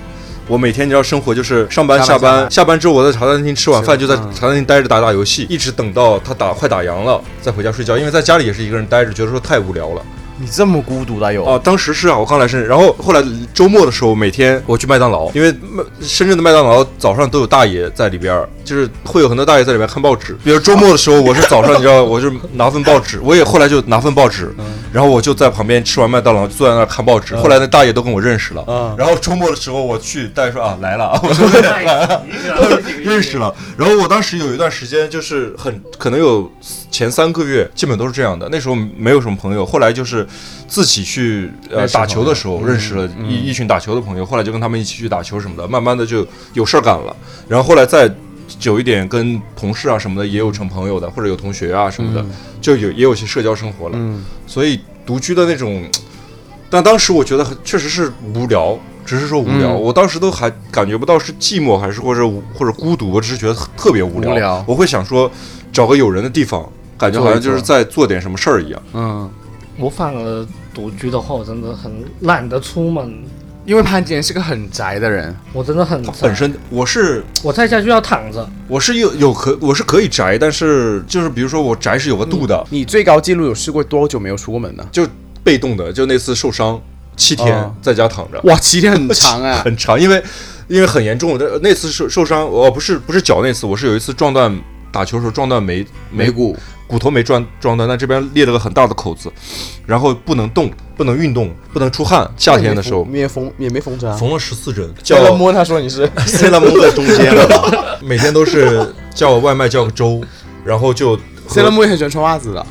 Speaker 4: 我每天你知道生活就是上班
Speaker 3: 嗯下班下
Speaker 4: 下班
Speaker 3: 班
Speaker 4: 下班之后我在茶餐厅吃晚饭，就在
Speaker 3: 嗯
Speaker 4: 茶餐厅待着打打游戏，一直等到他打快打烊了再回家睡觉，因为在家里也是一个人待着，觉得说太无聊了。
Speaker 3: 你这么孤独的有？
Speaker 4: 啊，当时是啊，我刚来深圳，然后后来周末的时候，每天我去麦当劳，因为麦深圳的麦当劳早上都有大爷在里边儿，就是会有很多大爷在里边看报纸。比如周末的时候，我是早上，你知道，我就拿份报纸，我也后来就拿份报纸，然后我就在旁边吃完麦当劳，坐在那儿看报纸。后来那大爷都跟我认识了，然后周末的时候我去，大爷说啊来了啊，我说对来了， 认识了。然后我当时有一段时间就是很可能有前三个月基本都是这样的，那时候没有什么朋友，后来就是自己去呃
Speaker 3: 认识朋
Speaker 4: 打
Speaker 3: 友嗯
Speaker 4: 球的时候认识了一一群打球的朋友，后来就跟他们一起去打球什么的，慢慢的就有事儿干了。然后后来再久一点，跟同事啊什么的也有成朋友的，或者有同学啊什么
Speaker 3: 嗯
Speaker 4: 的，就有也有些社交生活了。所以独居的那种，但当时我觉得很确实是无聊，只是说无聊。
Speaker 3: 嗯
Speaker 4: 我当时都还感觉不到是寂寞，还是或者或者孤独，我只是觉得特别无聊。
Speaker 3: 无聊
Speaker 4: 我会想说找个有人的地方，感觉好像就是在做点什么事儿一样。
Speaker 3: 嗯，
Speaker 2: 我反而独居的话，我真的很懒得出门，
Speaker 3: 因为潘姐是个很宅的人，
Speaker 2: 我真的很
Speaker 4: 他
Speaker 2: 宅
Speaker 4: 本身我是
Speaker 2: 我在家就要躺着，
Speaker 4: 我是有有可我是可以宅，但是就是比如说我宅是有个度的，
Speaker 3: 你最高记录有试过多久没有出过门呢？
Speaker 4: 就被动的，就那次受伤七天
Speaker 3: 哦
Speaker 4: 在家躺着。
Speaker 3: 哇，七天 很长哎、
Speaker 4: 很长，啊因为因为很严重。这那次受受伤，哦，不是不是脚那次，我是有一次撞断打球的时候撞断眉
Speaker 3: 眉骨
Speaker 4: 骨头没撞撞断，但这边裂了个很大的口子，然后不能动，不能运动，不能出汗。夏天的时候
Speaker 3: 你也缝也没缝着啊。
Speaker 4: 缝了十四针，叫
Speaker 3: 叫他 摸他说你 是
Speaker 4: 塞拉蒙在中间了， 每天都是叫我外卖叫个粥，然后就
Speaker 3: 塞勒姆也很喜欢穿袜子的，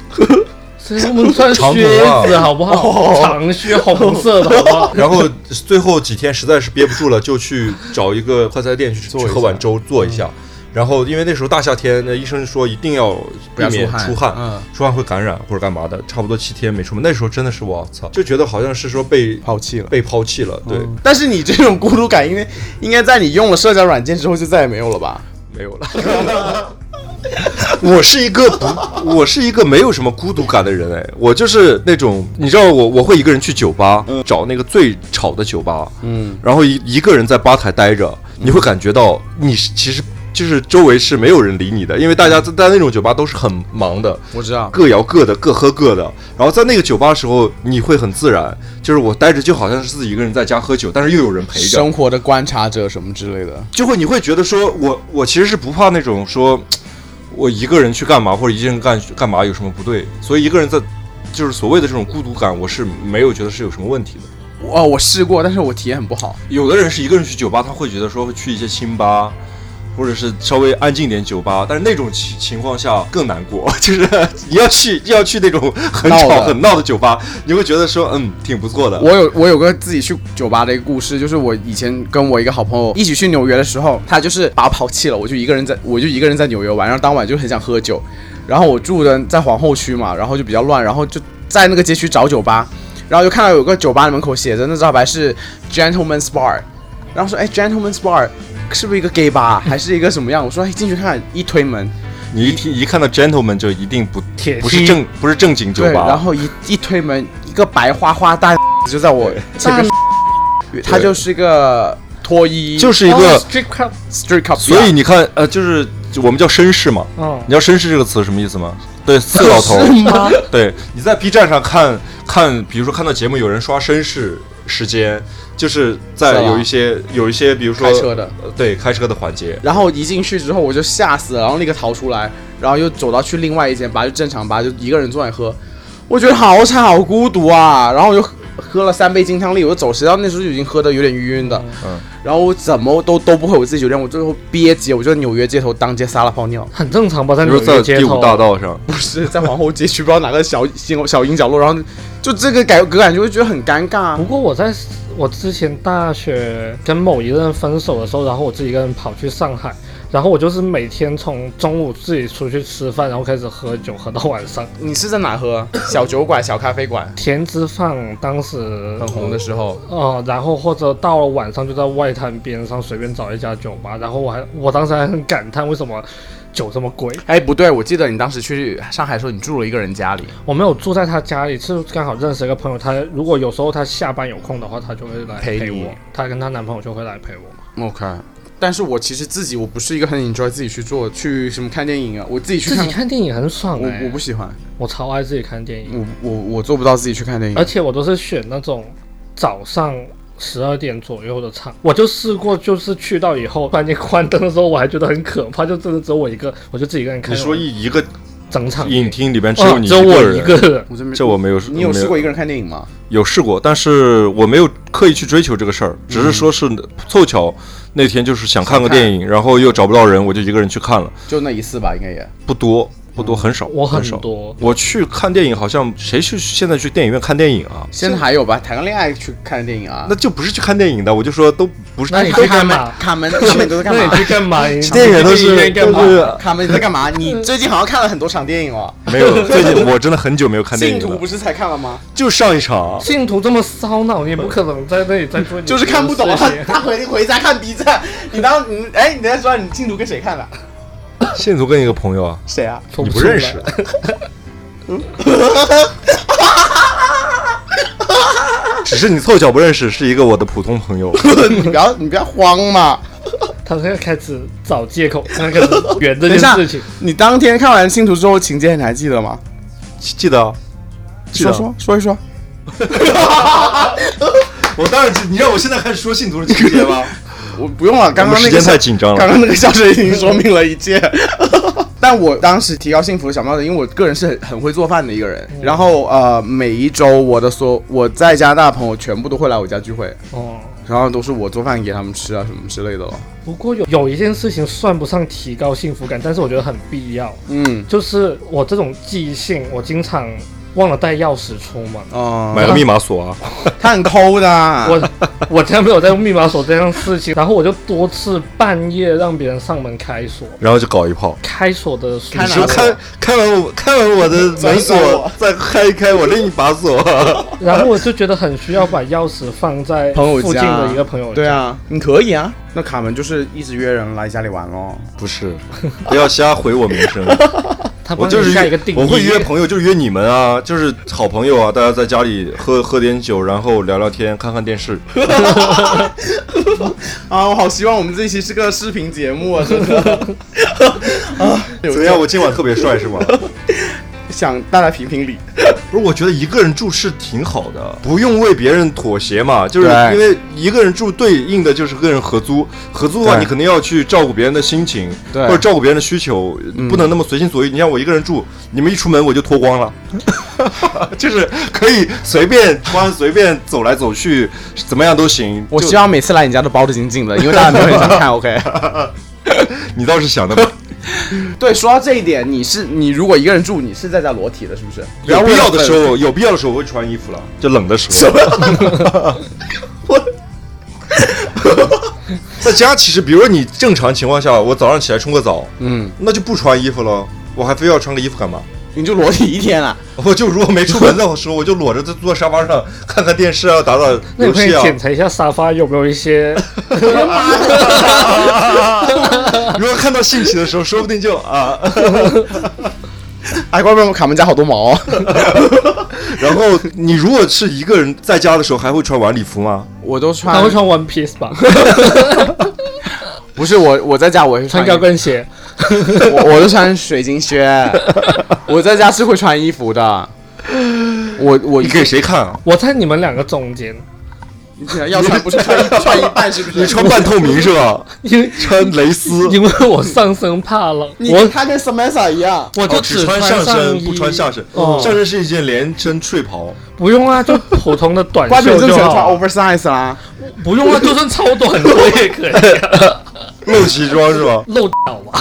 Speaker 2: 所以我们穿
Speaker 4: 长
Speaker 2: 靴
Speaker 4: 筒啊
Speaker 2: 子好不好？长靴红色的好不 好？
Speaker 4: 然后最后几天实在是憋不住了，就去找一个快餐店去
Speaker 3: 做一
Speaker 4: 去
Speaker 3: 下嗯
Speaker 4: 喝碗粥做一下。然后因为那时候大夏天，那医生说一定要
Speaker 3: 不
Speaker 4: 避
Speaker 3: 要
Speaker 4: 免
Speaker 3: 出汗
Speaker 4: 出汗，
Speaker 3: 嗯
Speaker 4: 出汗会感染或者干嘛的，差不多七天没出门。那时候真的是我操，就觉得好像是说被
Speaker 3: 抛弃了嗯
Speaker 4: 被抛弃了，对，
Speaker 3: 但是你这种孤独感，应该应该在你用了社交软件之后就再也没有了吧？
Speaker 4: 没有了。 我是一个不，我是一个没有什么孤独感的人哎，我就是那种你知道我我会一个人去酒吧、
Speaker 3: 嗯
Speaker 4: 找那个最吵的酒吧，嗯，然后一一个人在吧台待着，
Speaker 3: 嗯
Speaker 4: 你会感觉到你是其实就是周围是没有人理你的，因为大家在在那种酒吧都是很忙的，
Speaker 3: 我知道，
Speaker 4: 各摇各的，各喝各的。然后在那个酒吧的时候，你会很自然，就是我待着就好像是自己一个人在家喝酒，但是又有人陪着，
Speaker 3: 生活的观察者什么之类的，
Speaker 4: 就会你会觉得说我我其实是不怕那种说我一个人去干嘛或者一个人干干嘛有什么不对，所以一个人在就是所谓的这种孤独感，我是没有觉得是有什么问题的。
Speaker 3: 哦，我试过，但是我体验很不好。
Speaker 4: 有的人是一个人去酒吧，他会觉得说会去一些清吧，或者是稍微安静点酒吧，但是那种情情况下更难过， 就是你要去要去那种很
Speaker 3: 闹
Speaker 4: 吵
Speaker 3: 的
Speaker 4: 很闹的酒吧，你会觉得说嗯挺不错的。
Speaker 3: 我有我有个自己去酒吧的一个故事，就是我以前跟我一个好朋友一起去纽约的时候，他就是把我抛弃了，我就一个人在我就一个人在纽约玩，然后当晚就很想喝酒，然后我住的在皇后区嘛，然后就比较乱，然后就在那个街区找酒吧，然后就看到有个酒吧的门口写着那招牌是 Gentleman's Bar，然后说哎 Gentleman's Bar 是不是一个 gay 吧，还是一个什么样？我说哎进去看，一推门，
Speaker 4: 你一听一看到 gentleman 就一定不
Speaker 2: 铁
Speaker 4: 不是
Speaker 2: 梯
Speaker 4: 正不是正经酒
Speaker 3: 对，
Speaker 4: 吧，
Speaker 3: 然后一一推门，一个白花花大 就在我前面，他就是一个脱衣，
Speaker 4: 就是一
Speaker 2: 哦
Speaker 4: 个
Speaker 2: street club，
Speaker 3: street cup，
Speaker 4: 所以你看，呃，就是就我们叫绅士嘛，
Speaker 2: 嗯
Speaker 4: 你，知道绅士这个词是什么意思吗？对，四 老头。对，你在 B 站上看看，比如说看到节目有人刷绅士时间，就是在
Speaker 3: 是吧
Speaker 4: 有一些有一些，比如说
Speaker 3: 开车的，
Speaker 4: 呃对开车的环节，
Speaker 3: 然后一进去之后我就吓死了，然后立刻逃出来，然后又走到去另外一间吧，就正常吧，就一个人坐那喝，我觉得好惨，好孤独啊。然后我就喝喝了三杯金汤力，我就走，谁知道那时候就已经喝的有点晕晕的，
Speaker 4: 嗯，
Speaker 3: 然后我怎么都都不会我自己酒店，我最后憋急，我就在纽约街头当街撒了泡尿，
Speaker 2: 很正常吧，在
Speaker 4: 比
Speaker 2: 纽
Speaker 4: 如
Speaker 2: 约
Speaker 4: 在
Speaker 2: 街
Speaker 4: 第
Speaker 2: 头
Speaker 4: 五大道 上，
Speaker 3: 不是在皇后街区不知道哪个小小小阴角落，然后就这个感感觉，我就觉得很尴尬啊
Speaker 2: 不。过我在我之前大学跟某一任分手的时候，然后我自己一个人跑去上海，然后我就是每天从中午自己出去吃饭，然后开始喝酒，喝到晚上。
Speaker 3: 你是在哪喝？小酒馆、小咖啡馆，
Speaker 2: 田之放当时
Speaker 3: 很红的时候。
Speaker 2: 哦、然后或者到了晚上就在外滩边上随便找一家酒吧，然后我还我当时还很感叹为什么酒这么贵，
Speaker 3: 哎，不对，我记得你当时去上海的时候，你住了一个人家里。
Speaker 2: 我没有住在他家里，是刚好认识一个朋友，他如果有时候他下班有空的话，他就会来
Speaker 3: 陪
Speaker 2: 陪
Speaker 3: 你
Speaker 2: 我，他跟她男朋友就会来陪我。
Speaker 3: OK，但是我其实自己我不是一个很 enjoy 自己去做去什么看电影啊，我自己去
Speaker 2: 自
Speaker 3: 看
Speaker 2: 己，看电影很爽哎、
Speaker 3: 我我不喜欢，
Speaker 2: 我超爱自己看电
Speaker 4: 嗯
Speaker 2: 影，
Speaker 3: 我我我做不到自己去看电影
Speaker 2: 而。且我都是选那种早上十二点左右的场。我就试过，就是去到以后，突然间关灯的时候，我还觉得很可怕，就真的只有我一个，我就自己一个人看。
Speaker 4: 你说一一个
Speaker 2: 整场
Speaker 4: 影
Speaker 2: 电影
Speaker 4: 厅里边只
Speaker 2: 哦
Speaker 4: 有你
Speaker 2: 只有我一个
Speaker 4: 人，
Speaker 2: 人，
Speaker 3: 我真没
Speaker 4: 这我没有，
Speaker 3: 你有
Speaker 4: 没
Speaker 3: 试过一个人看电影吗？
Speaker 4: 有试过，但是我没有刻意去追求这个事儿，只是说是
Speaker 3: 嗯
Speaker 4: 凑巧那天就是想看个电影，然后又找不到人，我就一个人去看了，
Speaker 3: 就那一次吧，应该也。
Speaker 4: 不多不多，很少，
Speaker 2: 嗯我
Speaker 4: 很
Speaker 2: 很
Speaker 4: 少。
Speaker 2: 多。
Speaker 4: 我去看电影，好像谁去现在去电影院看电影啊？
Speaker 3: 现在还有吧，谈个恋爱去看电影啊
Speaker 4: 那？就不是去看电影的，我就说都不是。
Speaker 2: 那你
Speaker 3: 都
Speaker 2: 去
Speaker 3: 卡
Speaker 2: 干
Speaker 3: 门
Speaker 2: 嘛，
Speaker 3: 卡 门，卡门你都在干
Speaker 2: 那你
Speaker 3: 嘛？
Speaker 2: 去干嘛？你
Speaker 4: 电影都是
Speaker 2: 你去电影院干嘛
Speaker 4: 都是
Speaker 3: 卡门你在干嘛？你最近好像看了很多场电影哦。
Speaker 4: 没有，最近我真的很久没有看电
Speaker 3: 信
Speaker 4: 影
Speaker 3: 徒
Speaker 4: 了
Speaker 3: 不，是才看了吗？
Speaker 4: 就上一场。
Speaker 2: 信徒这么烧脑，你也不可能在那里再
Speaker 4: 嗯
Speaker 2: 做你
Speaker 3: 就是看不懂
Speaker 2: 的
Speaker 3: 啊
Speaker 2: 事情，
Speaker 3: 他回回家看 B 站。你当你哎，你在说你信徒跟谁看的？
Speaker 4: 信徒跟一个朋友啊，
Speaker 3: 谁啊？
Speaker 2: 说
Speaker 4: 你不
Speaker 2: 出来
Speaker 4: 认识， 只是你凑巧不认识，是一个我的普通朋友。
Speaker 3: 你不要你不要慌嘛！
Speaker 2: 他现在开始找借口，他开始圆这
Speaker 3: 等一
Speaker 2: 件
Speaker 3: 下
Speaker 2: 事情。，
Speaker 3: 你当天看完《信徒》之后情节你还记得吗？
Speaker 4: 记得啊，记得
Speaker 3: 说
Speaker 4: 啊。
Speaker 3: 说说一说。
Speaker 4: 我当然记，你让我现在开始说信徒的情节吗？
Speaker 3: 我不用了， 刚刚那
Speaker 4: 时
Speaker 3: 个
Speaker 4: 间
Speaker 3: 笑
Speaker 4: 太紧张了
Speaker 3: 刚刚那个笑声已经说明了一 切。但我当时提高幸福的小妙的，因为我个人是很很会做饭的一个
Speaker 4: 嗯
Speaker 3: 人。然后呃，每一周我的所我在加拿大的朋友全部都会来我家聚会，
Speaker 2: 哦，
Speaker 3: 然后都是我做饭给他们吃啊什么之类的了。
Speaker 2: 不过有有一件事情算不上提高幸福感，但是我觉得很必要，
Speaker 3: 嗯
Speaker 2: 就是我这种记性，我经常忘了带钥匙出门。
Speaker 3: 哦、
Speaker 4: 买个密码锁啊，
Speaker 3: 他很抠的啊。
Speaker 2: 我 我家没有在用密码锁这样事情，然后我就多次半夜让别人上门开锁，
Speaker 4: 然后就搞一炮。
Speaker 2: 开锁的开
Speaker 3: 开哪
Speaker 4: 你说
Speaker 3: 个
Speaker 4: 开开完我开完我的门
Speaker 3: 转手
Speaker 4: 锁
Speaker 3: 啊，
Speaker 4: 再开一开我另一把锁。
Speaker 2: 然后我就觉得很需要把钥匙放在
Speaker 3: 朋友
Speaker 2: 附近
Speaker 3: 家
Speaker 2: 的一个朋友
Speaker 3: 对
Speaker 2: 家。
Speaker 3: 啊，你可以啊。那卡门就是一直约人来家里玩哦。
Speaker 4: 不是，不要瞎毁我名声。
Speaker 2: 他帮
Speaker 4: 我
Speaker 2: 你
Speaker 4: 就是
Speaker 2: 下一个定义，
Speaker 4: 我会约朋友，就约你们啊，就是好朋友啊，大家在家里喝喝点酒，然后聊聊天，看看 电视。
Speaker 3: 啊，我好希望我们这一期是个视频节目啊！真 的啊，
Speaker 4: 怎么样？我今晚特别帅是吗？
Speaker 3: 想大家评评理。
Speaker 4: 不是，我觉得一个人住是挺好的，不用为别人妥协嘛。就是
Speaker 3: 对
Speaker 4: 因为一个人住对应的就是跟人合租，合租的话
Speaker 3: 对
Speaker 4: 你肯定要去照顾别人的心情，
Speaker 3: 对嗯
Speaker 4: 或者照顾别人的需求，不能那么随心所欲。你像我一个人住，你们一出门我就脱光了， 就是可以随便穿、随便走来走去，怎么样都行。
Speaker 3: 我
Speaker 4: 就
Speaker 3: 希望每次来你家都包的紧紧的，因为大家没有人想看。OK。
Speaker 4: 你倒是想的吧，
Speaker 3: 对，说到这一点，你是你如果一个人住，你是在家裸体的，是不是？
Speaker 4: 有必要的时
Speaker 3: 不要为了
Speaker 4: 候，有必要的时候我会穿衣服了，就冷的时候。 在家其实，比如说你正常情况下，我早上起来冲个澡，
Speaker 3: 嗯，
Speaker 4: 那就不穿衣服了，我还非要穿个衣服干嘛？
Speaker 3: 你就裸体一天啊？
Speaker 4: 我就如果没出门的时候，我就裸着坐沙发上看看电视啊，打打
Speaker 2: 那你
Speaker 4: 游
Speaker 2: 可以
Speaker 4: 戏啊。
Speaker 2: 检查一下沙发有没有一些
Speaker 4: 如果看到兴起的时候，说不定就 啊，
Speaker 3: 哎，怪不得我卡门家好多毛哦。
Speaker 4: 然后你如果是一个人在家的时候，还会穿晚礼服吗？
Speaker 3: 我都穿
Speaker 2: 他会穿 One Piece 吧，
Speaker 3: 不是我我在家我是
Speaker 2: 穿
Speaker 3: 高
Speaker 2: 高跟鞋。
Speaker 3: 我我都穿水晶 靴，我在家是会穿衣服的。我我
Speaker 4: 你给谁看啊？
Speaker 2: 我在你们两个中间，
Speaker 3: 要穿不是穿 一穿一半是不是？
Speaker 4: 你穿半透明是吧？
Speaker 2: 因为
Speaker 4: 穿蕾丝，
Speaker 2: 因为我上身怕冷，
Speaker 3: 你
Speaker 2: 我
Speaker 3: 跟他跟 Samantha 一样，
Speaker 2: 我就
Speaker 4: 哦只
Speaker 2: 穿
Speaker 4: 穿上嗯身
Speaker 2: 衣
Speaker 4: 不穿下身，
Speaker 2: 哦，
Speaker 4: 上身是一件连身睡袍。
Speaker 2: 不用啊，就普通的 短
Speaker 3: 怪不
Speaker 2: 袖
Speaker 3: 得就
Speaker 2: 就
Speaker 3: 喜欢穿
Speaker 2: 好，
Speaker 3: oversize 啦。
Speaker 2: 不用啊，就算超短我也可以 啊，
Speaker 4: 露脐装是吧？
Speaker 2: 露脚啊吧，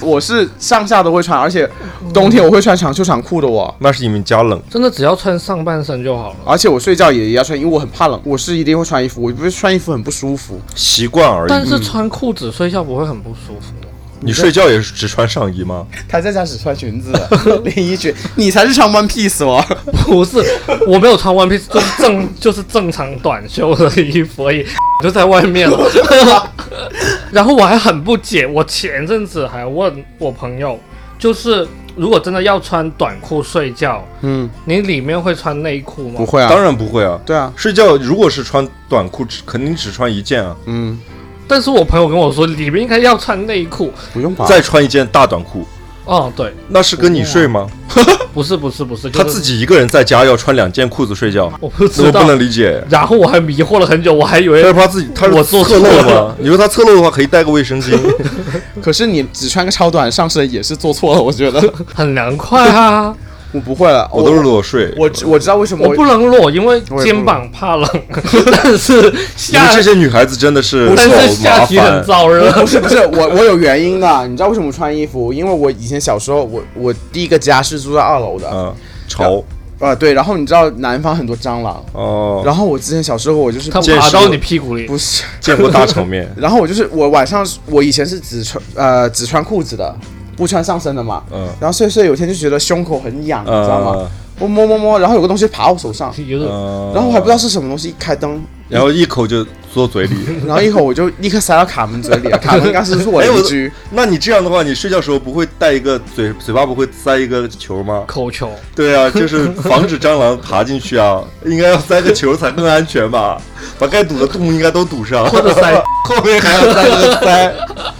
Speaker 3: 我是上下都会穿，而且冬天我会穿长袖长裤的我。
Speaker 4: 那是你们家冷，
Speaker 2: 真的只要穿上半身就好了。
Speaker 3: 而且我睡觉也要穿，因为我很怕冷，我是一定会穿衣服，我不是穿衣服很不舒服。
Speaker 4: 习惯而
Speaker 2: 但
Speaker 4: 已。嗯
Speaker 2: 是穿裤子睡觉不会很不舒服吗。
Speaker 4: 你睡觉也是只穿上衣吗？
Speaker 3: 他在家只穿裙 子，连衣裙，你才是穿 one piece 哦。
Speaker 2: 不是，我没有穿 one piece，就是正 就是正常短袖的衣服而已， 就在外面 了。然后我还很不解，我前阵子还问我朋友，就是如果真的要穿短裤睡觉，
Speaker 3: 嗯，
Speaker 2: 你里面会穿内裤吗？
Speaker 3: 不会啊，
Speaker 4: 当然不会啊。
Speaker 3: 对啊，
Speaker 4: 睡觉如果是穿短裤，只肯定只穿一件啊，
Speaker 3: 嗯，
Speaker 2: 但是我朋友跟我说，里面应该要穿内裤。
Speaker 3: 不用吧。
Speaker 4: 再穿一件大短裤，
Speaker 2: 哦，对，
Speaker 4: 那是跟你睡吗？
Speaker 2: 不是不是不是，
Speaker 4: 他
Speaker 2: 就是
Speaker 4: 自己一个人在家要穿两件裤子睡觉，
Speaker 2: 我不
Speaker 4: 那
Speaker 2: 知
Speaker 4: 我
Speaker 2: 道
Speaker 4: 不。能理解。
Speaker 2: 然后我还迷惑了很久，我还以
Speaker 4: 但
Speaker 2: 为
Speaker 4: 是他自己他是
Speaker 2: 我做错
Speaker 4: 侧漏
Speaker 2: 了
Speaker 4: 吗？你说他侧漏的话，可以带个卫 生巾。
Speaker 3: 可是你只穿个超短上身也是做错了，我觉得。
Speaker 2: 很凉快啊，
Speaker 3: 我不会了，
Speaker 4: 我都是裸睡。
Speaker 3: 我我知道为什么
Speaker 2: 我不能裸，因为
Speaker 3: 不能
Speaker 2: 肩膀怕冷， 但是
Speaker 4: 你们
Speaker 2: 下
Speaker 4: 这些女孩子真的是
Speaker 2: 但
Speaker 4: 好
Speaker 2: 是下
Speaker 4: 麻
Speaker 2: 体很
Speaker 4: 烦。
Speaker 2: 燥热
Speaker 3: 不。是不是，我 我有原因的，你知道为什么我穿衣服？因为我以前小时候，我我第一个家是住在二楼的，啊、
Speaker 4: 嗯， 潮
Speaker 3: 对，然后你知道南方很多蟑螂，
Speaker 4: 哦，
Speaker 3: 然后我之前小时候我就是
Speaker 2: 它
Speaker 4: 见
Speaker 2: 爬
Speaker 4: 识
Speaker 2: 到
Speaker 4: 过
Speaker 2: 你屁股里，
Speaker 3: 不是，。
Speaker 4: 见过大场面
Speaker 3: 然后我就是我晚上我以前是只穿呃只穿裤子的，不穿上身的嘛，
Speaker 4: 嗯
Speaker 3: 然后睡睡有一天就觉得胸口很痒，你知道吗？
Speaker 4: 呃，
Speaker 3: 我摸摸摸，然后有个东西爬我手上，
Speaker 2: 有点
Speaker 4: 呃
Speaker 3: 然后我还不知道，是什么东西，一开灯。
Speaker 4: 然后一口就嘬嘴里。
Speaker 3: 然后一会儿我就立刻塞到卡门嘴里 了。卡门当时是我
Speaker 4: 哎我
Speaker 3: 邻居，
Speaker 4: 那你这样的话，你睡觉时候不会带一个嘴嘴巴不会塞一个球吗？
Speaker 2: 口球，
Speaker 4: 对啊，就是防止蟑螂爬进去啊， 应该要塞个球才更安全吧？把该堵的洞应该都堵上，
Speaker 2: 或者塞
Speaker 4: 后面还要塞个塞，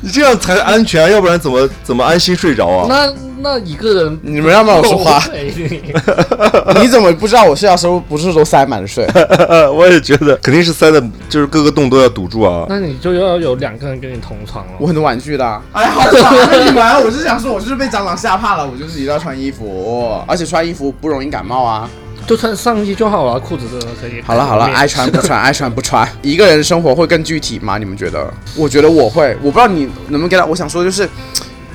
Speaker 4: 你这样才安全，啊要不然怎么怎么安心睡着啊？
Speaker 2: 那那一个 人
Speaker 3: 你们要不要我说话
Speaker 2: 够？陪你
Speaker 3: 你怎么不知道 我睡觉时候不是都塞满了 睡？
Speaker 4: 我也觉得肯定是塞的，就是各个洞都要堵住啊。
Speaker 2: 那你就要有两个人跟你同床了。
Speaker 3: 我很多玩具的啊。哎，好爽啊！你们，我是想说，我就是被蟑螂吓怕了，我就是一定要穿衣服，而且穿衣服不容易感冒啊。
Speaker 2: 就穿上衣就好了，裤子真的可以。
Speaker 3: 好了好了，爱穿不穿，爱穿不穿。一个人生活会更具体吗？你们觉得？我觉得我会，我不知道你能不能给到。我想说就是。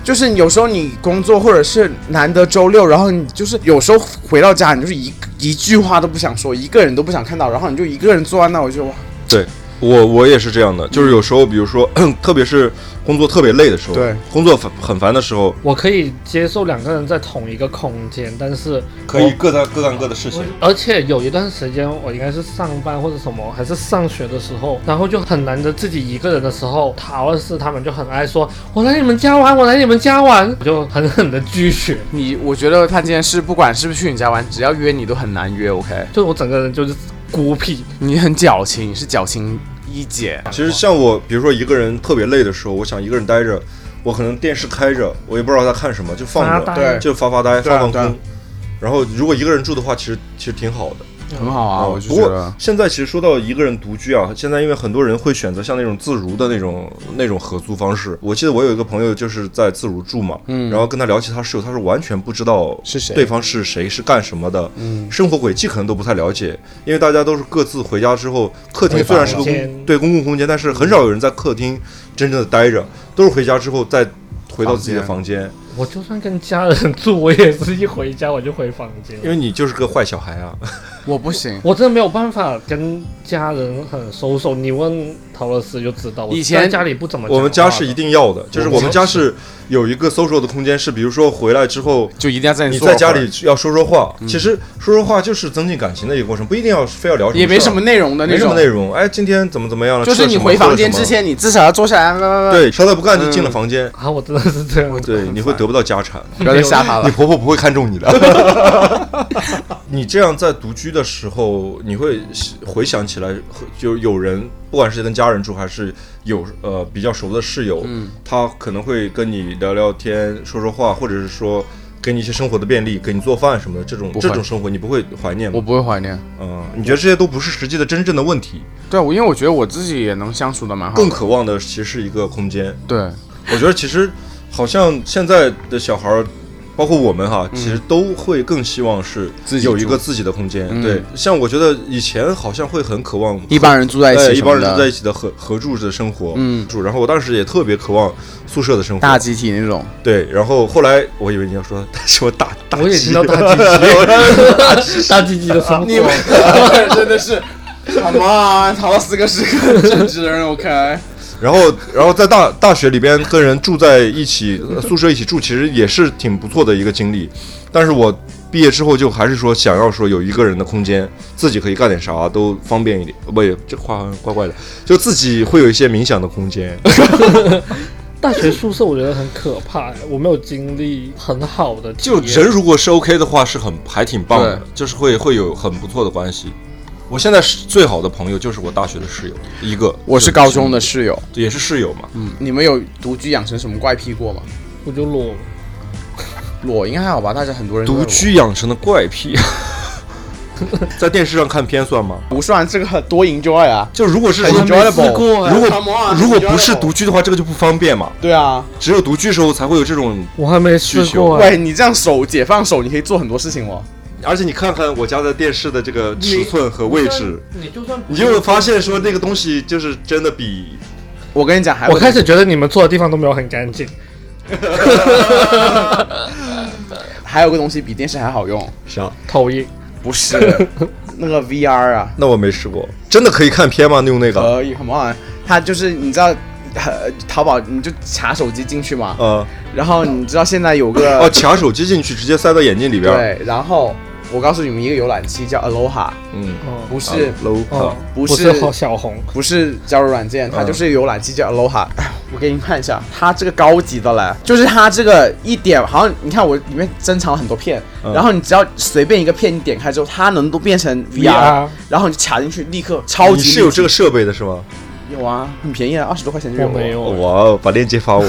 Speaker 3: 就是有时候你工作或者是难得周六，然后你就是有时候回到家，你就是一一句话都不想说，一个人都不想看到，然后你就一个人坐在那，我就哇，
Speaker 4: 对我我也是这样的，就是有时候，比如说， 特别是工作特别累的时候，
Speaker 3: 对，
Speaker 4: 工作很很烦的时候，
Speaker 2: 我可以接受两个人在同一个空间，但是
Speaker 4: 可以各干各干各的事情。
Speaker 2: 而且有一段时间，我应该是上班或者什么，还是上学的时候，然后就很难得自己一个人的时候，陶二世他们就很爱说：“我来你们家玩，我来你们家玩。”我就狠狠的拒绝，
Speaker 3: 你我觉得潘天是不管是不是去你家玩，只要约你都很难约。OK，
Speaker 2: 就我整个人就是孤僻。
Speaker 3: 你很矫情，你是矫情一姐。
Speaker 4: 其实像我，比如说一个人特别累的时候，我想一个人待着，我可能电视开着，我也不知道在看什么，就放
Speaker 2: 发
Speaker 4: 着，
Speaker 2: 呆
Speaker 3: 对
Speaker 4: 就发发呆，
Speaker 3: 对啊
Speaker 4: 放放
Speaker 3: 对啊
Speaker 4: 空。然后如果一个人住的话，其实其实挺好的
Speaker 3: 很好啊，
Speaker 4: 嗯
Speaker 3: 我就
Speaker 4: 不
Speaker 3: 觉
Speaker 4: 过
Speaker 3: 得
Speaker 4: 现在其实说到一个人独居啊，现在因为很多人会选择像那种自如的那种那种合租方式。我记得我有一个朋友就是在自如住嘛，
Speaker 3: 嗯
Speaker 4: 然后跟他聊起他室友，他是完全不知道
Speaker 3: 是谁
Speaker 4: 对方是谁是干什么的，
Speaker 3: 嗯
Speaker 4: 生活轨迹可能都不太了解，因为大家都是各自回家之后，客厅
Speaker 3: 回
Speaker 4: 虽然是
Speaker 3: 房
Speaker 4: 个公
Speaker 2: 间
Speaker 4: 对公共空间，但是很少有人在客厅真正的待着，都是回家之后再回到自己的
Speaker 3: 房
Speaker 4: 房间，
Speaker 2: 我就算跟家人住，我也是一回家我就回房间，
Speaker 4: 因为你就是个坏小孩啊。
Speaker 3: 我不行。
Speaker 2: 我真的没有办法跟家人很收手。你问陶乐斯就知道，我
Speaker 3: 以前
Speaker 2: 在家里不怎么讲话的。
Speaker 4: 我们家是一定要的，就是我们家是有一个 social 的空间，是比如说回来之后。
Speaker 3: 就一定要在
Speaker 4: 你
Speaker 3: 坐会
Speaker 4: 在
Speaker 3: 儿
Speaker 4: 家里要说说话，
Speaker 3: 嗯
Speaker 4: 其实说说话就是增进感情的一个过程，不一定要非要聊什么，
Speaker 3: 也没什么，内容的
Speaker 4: 没
Speaker 3: 那
Speaker 4: 什么
Speaker 3: 种，
Speaker 4: 内容。哎，今天怎么怎么样了？
Speaker 3: 就是
Speaker 4: 吃了
Speaker 3: 你
Speaker 4: 什么
Speaker 3: 回
Speaker 4: 喝了
Speaker 3: 房间
Speaker 4: 什
Speaker 3: 之
Speaker 4: 么
Speaker 3: 前，你至少要坐下来。叭，
Speaker 4: 对，啥都不干就进了
Speaker 3: 嗯
Speaker 4: 房间，
Speaker 2: 啊，我真的是这样。
Speaker 4: 对，你会得不到家产。
Speaker 3: 不要再吓他
Speaker 4: 你
Speaker 3: 了。
Speaker 4: 婆婆不会看中你的。 你这样在独居的时候，你会回想起来，就有人不管是跟家人住还是有呃
Speaker 3: 嗯
Speaker 4: 比较熟的室友，他可能会跟你聊聊天、说说话，或者是说给你一些生活的便利，给你做饭什么的，这种
Speaker 3: 不会
Speaker 4: 这种生活你不会怀念
Speaker 3: 我
Speaker 4: 吗？
Speaker 3: 不会怀念。
Speaker 4: 嗯，你觉得这些都不是实际的真正的问题，
Speaker 3: 对，我因为我觉得我自己也能相处的蛮好的。
Speaker 4: 更渴望的其实是一个空间。
Speaker 3: 对，
Speaker 4: 我觉得其实好像现在的小孩儿，包括我们哈，其实都会更希望是
Speaker 3: 嗯自己
Speaker 4: 有一
Speaker 3: 住
Speaker 4: 个自己的空间。
Speaker 3: 嗯
Speaker 4: 对，像我觉得以前好像会很渴望
Speaker 3: 一帮人住在一
Speaker 4: 哎
Speaker 3: 起，
Speaker 4: 一帮人住在一，起的合合住的生活，
Speaker 3: 嗯
Speaker 4: 住。然后我当时也特别渴望宿舍的生活，
Speaker 3: 大集体 那种。
Speaker 4: 对。然后后来我以为你要说 什么大大
Speaker 2: 我也
Speaker 4: 鸡
Speaker 2: 听到大鸡鸡，大鸡鸡的生 活。
Speaker 3: 真的是。什么啊？讨到四个十个正直人，OK？
Speaker 4: 然后，然后在大大学里边跟人住在一起，呃宿舍一起住，其实也是挺不错的一个经历。但是我毕业之后就还是说想要说有一个人的空间，自己可以干点啥都方便一点。不也这话好像怪怪的，就自己会有一些冥想的空间。
Speaker 2: 大学宿舍我觉得很可怕，我没有经历很好的体
Speaker 4: 就
Speaker 2: 验。
Speaker 4: 人如果是 OK 的话，是很还挺棒的
Speaker 3: 对，
Speaker 4: 就是会会有很不错的关系。我现在是最好的朋友就是我大学的室友，一个
Speaker 3: 我是高中的，室友，
Speaker 4: 也是室友嘛。
Speaker 3: 嗯，你们有独居养成什么怪癖过吗？
Speaker 2: 我就裸，
Speaker 3: 裸应该还好吧，大家很多人都会
Speaker 4: 独
Speaker 3: 裸
Speaker 4: 居养成的怪癖， 在电视上看片算吗？
Speaker 3: 不算这个很多 enjoy 啊，
Speaker 4: 就如果是
Speaker 3: 很
Speaker 4: 说
Speaker 3: enjoyable。
Speaker 2: 过哎
Speaker 4: 如
Speaker 3: 很
Speaker 4: 果
Speaker 3: enjoyable
Speaker 4: 如果不是独，居的话，这个就不方便嘛。
Speaker 3: 对啊，
Speaker 4: 只有独居时候才会有这种，
Speaker 2: 我还没试过、哎。
Speaker 3: 喂，你这样手解放手，你可以做很多事情哦。
Speaker 4: 而且你看看我家的电视的这个尺寸和位置，
Speaker 2: 你就算
Speaker 4: 你就会发现说那个东西就是真的比
Speaker 3: 我跟你讲，还有
Speaker 2: 我开始觉得你们坐的地方都没有很干净。
Speaker 3: 还有个东西比电视还好用，
Speaker 4: 啥？
Speaker 2: 投影，
Speaker 3: 不是 那个 VR 啊，
Speaker 4: 那我没试过，真的可以看片吗？用那个？
Speaker 3: 可以，come on，它啊就是你知道，呃，淘宝你就查手机进去嘛，
Speaker 4: 呃，
Speaker 3: 然后你知道现在有
Speaker 4: 哦，
Speaker 3: 个
Speaker 4: 卡手机进去直接塞到眼睛里边儿。
Speaker 3: 对，然后我告诉你们一个浏览器叫 Aloha，
Speaker 4: 嗯，
Speaker 2: 哦
Speaker 3: 不是
Speaker 4: low
Speaker 2: 哦，
Speaker 3: 不
Speaker 2: 不
Speaker 3: 是
Speaker 2: 好小红，
Speaker 3: 不是交友软件，它就是浏览器叫 Aloha。我 给你看一下，它这个高级的嘞，就是它这个一点，好像你看我里面珍藏了很多片，
Speaker 4: 嗯
Speaker 3: 然后你只要随便一个片你点开之后，它能都变成 VR，,
Speaker 2: VR
Speaker 3: 然后你卡进去立刻超级
Speaker 4: 你是有
Speaker 3: 立体
Speaker 4: 这个设备的是吗？
Speaker 3: 有啊，很便宜啊，二十多块钱就有
Speaker 2: 我没有
Speaker 4: 哇哦，把链接发我。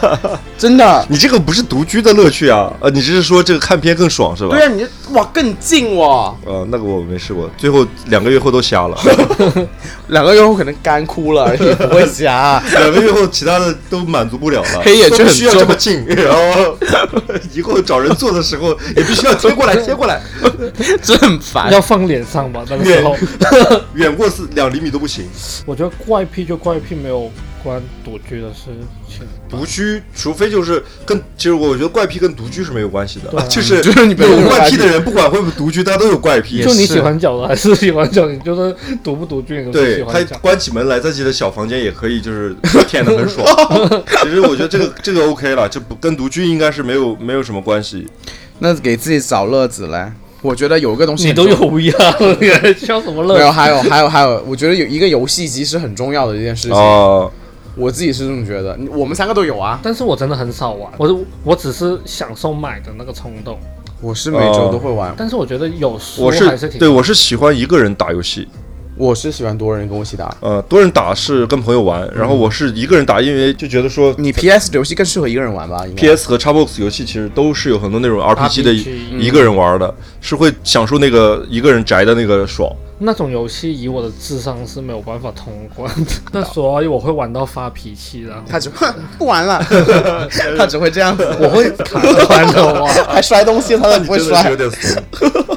Speaker 3: 真的。
Speaker 4: 你这个不是独居的乐趣啊，呃，你只是说这个看片更爽是吧？
Speaker 3: 对啊，你这哇更近哇，
Speaker 4: 呃，那个我没试过，最后两个月后都 瞎了，
Speaker 3: 两个月后可能干枯 了，也不会瞎。
Speaker 4: 两个月后其他的都满足不了了。
Speaker 3: 黑眼圈
Speaker 4: 都
Speaker 3: 很重
Speaker 4: 不需要这么近，然后以后找人做的时候也必须要贴过来，贴过来，
Speaker 3: 真很烦
Speaker 2: 要放脸上吧？那个时候，
Speaker 4: 远过四两厘米都不行。
Speaker 2: 我觉得怪癖就怪癖，没有关独居的事情。
Speaker 4: 独居，除非就是跟，其实我觉得怪癖跟独居是没有关系的，
Speaker 2: 对啊
Speaker 4: 就是
Speaker 3: 就是你本身
Speaker 4: 有
Speaker 3: 有
Speaker 4: 怪
Speaker 3: 怪
Speaker 4: 癖
Speaker 3: 癖
Speaker 4: 的人，不管会不会独居，他都有怪癖
Speaker 3: 也。
Speaker 2: 就你
Speaker 3: 是
Speaker 2: 喜欢脚的 还是喜欢脚，你就是独不独居，你都是
Speaker 4: 对
Speaker 2: 喜
Speaker 4: 他
Speaker 2: 欢脚。
Speaker 4: 关起门来，在自己的小房间也可以，就是舔的很爽。其实我觉得这个这个 OK 了，这不跟独居应该是没有没有什么关系。
Speaker 3: 那给自己找乐子嘞。我觉得有个东西
Speaker 2: 你
Speaker 3: 很
Speaker 2: 都
Speaker 3: 重
Speaker 2: 有 VR 了，你还需要什么乐
Speaker 3: 没
Speaker 4: 啊
Speaker 3: 有，
Speaker 2: 子？
Speaker 3: 还有还有还有，我觉得有一个游戏机是很重要的一件事情，
Speaker 4: 哦，
Speaker 3: 我自己是这么觉得。你我们三个都有啊，
Speaker 2: 但是我真的很少玩，我我只是享受买的那个冲动。
Speaker 3: 我是每周都会玩，
Speaker 2: 但是我觉得有书
Speaker 4: 我
Speaker 2: 还
Speaker 4: 是
Speaker 2: 挺
Speaker 4: 对我是喜欢一个人打游戏，
Speaker 3: 我是喜欢多人跟我一起打。
Speaker 4: 呃，多人打是跟朋友玩，然
Speaker 2: 嗯
Speaker 4: 后我是一个人打，因为就觉得说
Speaker 3: 你 PS 的游戏更适合一个人玩吧？应该
Speaker 4: PS 和 Xbox 游戏其实都是有很多那种 RPG 的
Speaker 2: RPG
Speaker 4: 一个人玩的，是会享受那个一个人宅的那个 爽。
Speaker 2: 那种游戏，以我的智商是没有办法通关 的。那所以我会玩到发脾气的，
Speaker 3: 他只不 玩了，他只会这样子，
Speaker 2: 我会卡关的哇。
Speaker 3: 还摔东西，他都不会
Speaker 4: 真的是
Speaker 3: 摔。
Speaker 4: 有点 怂。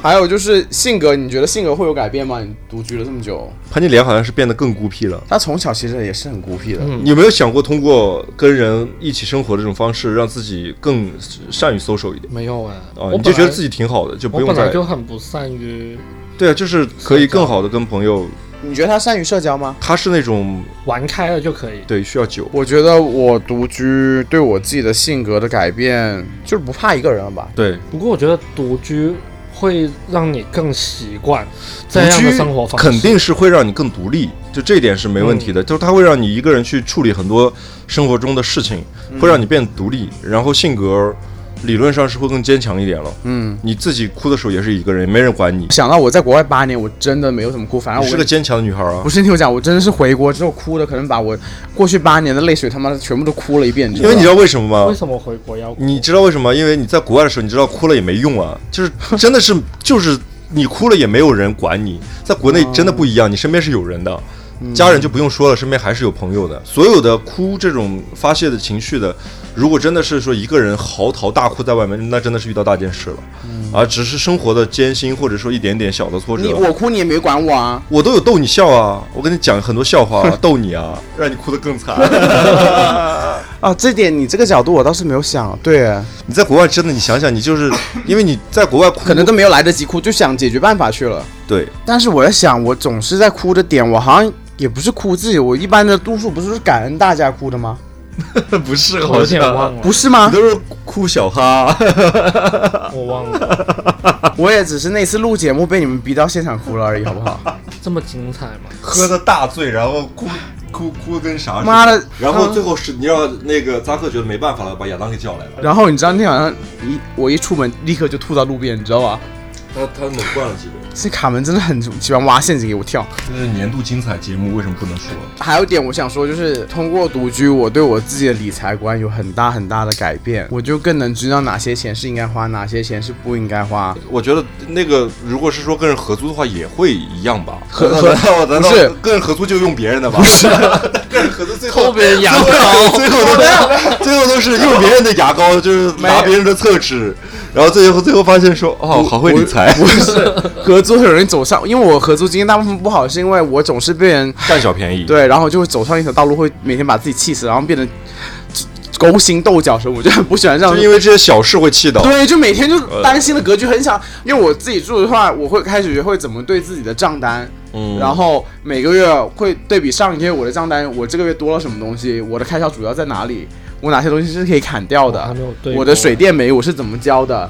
Speaker 3: 还有就是性格，你觉得性格会有改变吗？你独居了这么久，
Speaker 4: 潘金莲好像是变得更孤僻了。
Speaker 3: 他从小其实也是很孤僻的，
Speaker 2: 嗯
Speaker 4: 你有没有想过通过跟人一起生活的这种方式，让自己更善于 social 一点
Speaker 2: 没有哎、
Speaker 4: 啊？
Speaker 2: 我
Speaker 4: 你就觉得自
Speaker 2: 己
Speaker 4: 己挺好的，就不
Speaker 2: 我
Speaker 4: 用
Speaker 2: 本来
Speaker 4: 再
Speaker 2: 就很不善于
Speaker 4: 对啊，就是可以更好的跟朋友。
Speaker 3: 你觉得他善于社交吗？
Speaker 4: 他是那种
Speaker 2: 玩开了就可以。
Speaker 4: 对需要酒，
Speaker 3: 我觉得我独居对我自己的性格的改变，就是不怕一个人了吧？
Speaker 4: 对
Speaker 2: 不过我觉得独居会让你更习惯这
Speaker 4: 独
Speaker 2: 样的
Speaker 4: 居
Speaker 2: 生活方式，嗯
Speaker 4: 肯定是会让你更独立，就这一点是没问题的。就是它会让你一个人去处理很多生活中的事情，会让你变独立，然后性格理论上是会更坚强一点了。嗯，你自己哭的时候也是一个人，没人管你，
Speaker 3: 想到我在国外八年，我真的没有怎么哭，反正
Speaker 4: 你
Speaker 3: 我
Speaker 4: 是个坚强的女孩啊
Speaker 3: 不。是听我讲，我真的是回国之后哭的，可能把我过去八年的泪水他妈的全部都哭了一遍，
Speaker 4: 因为你知
Speaker 3: 道
Speaker 4: 道为什么
Speaker 2: 为
Speaker 4: 吗？
Speaker 2: 什么回国要哭
Speaker 4: 你知道为什么？因为你在国外的时候，你知道哭了也没用啊，就是 真的是就是你哭了也没有人管你，在国
Speaker 3: 哦
Speaker 4: 内真的不一样，你身边是有人的。
Speaker 3: 嗯
Speaker 4: 家人就不用说了，身边还是有朋友的。所有的哭这种发泄的情绪的，如果真的是说一个人嚎啕大哭在外面，那真的是遇到大件事了。而只是生活的艰辛，或者说一点点小的挫折，
Speaker 3: 嗯你我哭你也没管我啊，
Speaker 4: 我都有逗你笑啊，我跟你讲很多笑话、 啊，逗你啊，让你哭得更惨。
Speaker 3: 啊，这点你这个角度我倒是没有想，对，
Speaker 4: 你在国外真的，你想想，你就是因为你在国外哭，
Speaker 3: 可能都没有来得及哭，就想解决办法去了。
Speaker 4: 对，
Speaker 3: 但是我在想，我总是在哭的点，我好像也不是哭自己，我一般的多数不是是感恩大家哭的吗？
Speaker 4: 不是
Speaker 2: 我有点忘了，
Speaker 3: 不是吗
Speaker 4: 你？都是哭小 哈，
Speaker 2: 我忘了，
Speaker 3: 我也只是那次录节目被你们逼到现场哭了而已，好不好？
Speaker 2: 这么精彩吗？
Speaker 4: 喝的大醉，然后哭哭哭得跟啥似的
Speaker 3: 妈的
Speaker 4: 然后最后是你让那个扎克觉得没办法了，把亚当给叫来了，
Speaker 3: 然后你知道那天晚上一我一出门立刻就吐到路边，你知道吧？
Speaker 4: 他他猛灌了几杯。
Speaker 3: 这卡门真的很喜欢挖陷阱给我跳。
Speaker 4: 这是年度精彩节目，为什么不能说？
Speaker 3: 还有一点我想说，就是通过独居，我对我自己的理财观有很大很大的改变，我就更能知道哪些钱是应该花，哪些钱是不应该花。
Speaker 4: 我觉得那个如果是说跟人合租的话，也会一样吧。
Speaker 3: 合合
Speaker 4: 我难道
Speaker 3: 不是
Speaker 4: 跟人合租就用别人的吧？不是， 跟人合租最后
Speaker 2: 偷别人牙膏，
Speaker 4: 最 后都是最后都是用别人的牙膏，就是拿别人的厕纸，然后最后最后发现说，哦，好会理财，
Speaker 3: 不是合租很容易走上，因为我合租经验大部分不好，是因为我总是被人
Speaker 4: 占小便宜。，
Speaker 3: 对，然后就会走上一条道路，会每天把自己气死，然后变得勾心斗角什么，我就很不喜欢这样
Speaker 4: 就。因为这些小事会气到。
Speaker 3: 对，就每天就担心的格局很小，因为我自己住的话，我会开始学会怎么对自己的账单，
Speaker 4: 嗯
Speaker 3: 然后每个月会对比上一个月我的账单，我这个月多了什么东西，我的开销主要在哪里，我哪些东西是可以砍掉
Speaker 2: 哦我还
Speaker 3: 的
Speaker 2: 没有对，
Speaker 3: 我
Speaker 2: 过
Speaker 3: 的水电煤我是怎么交的，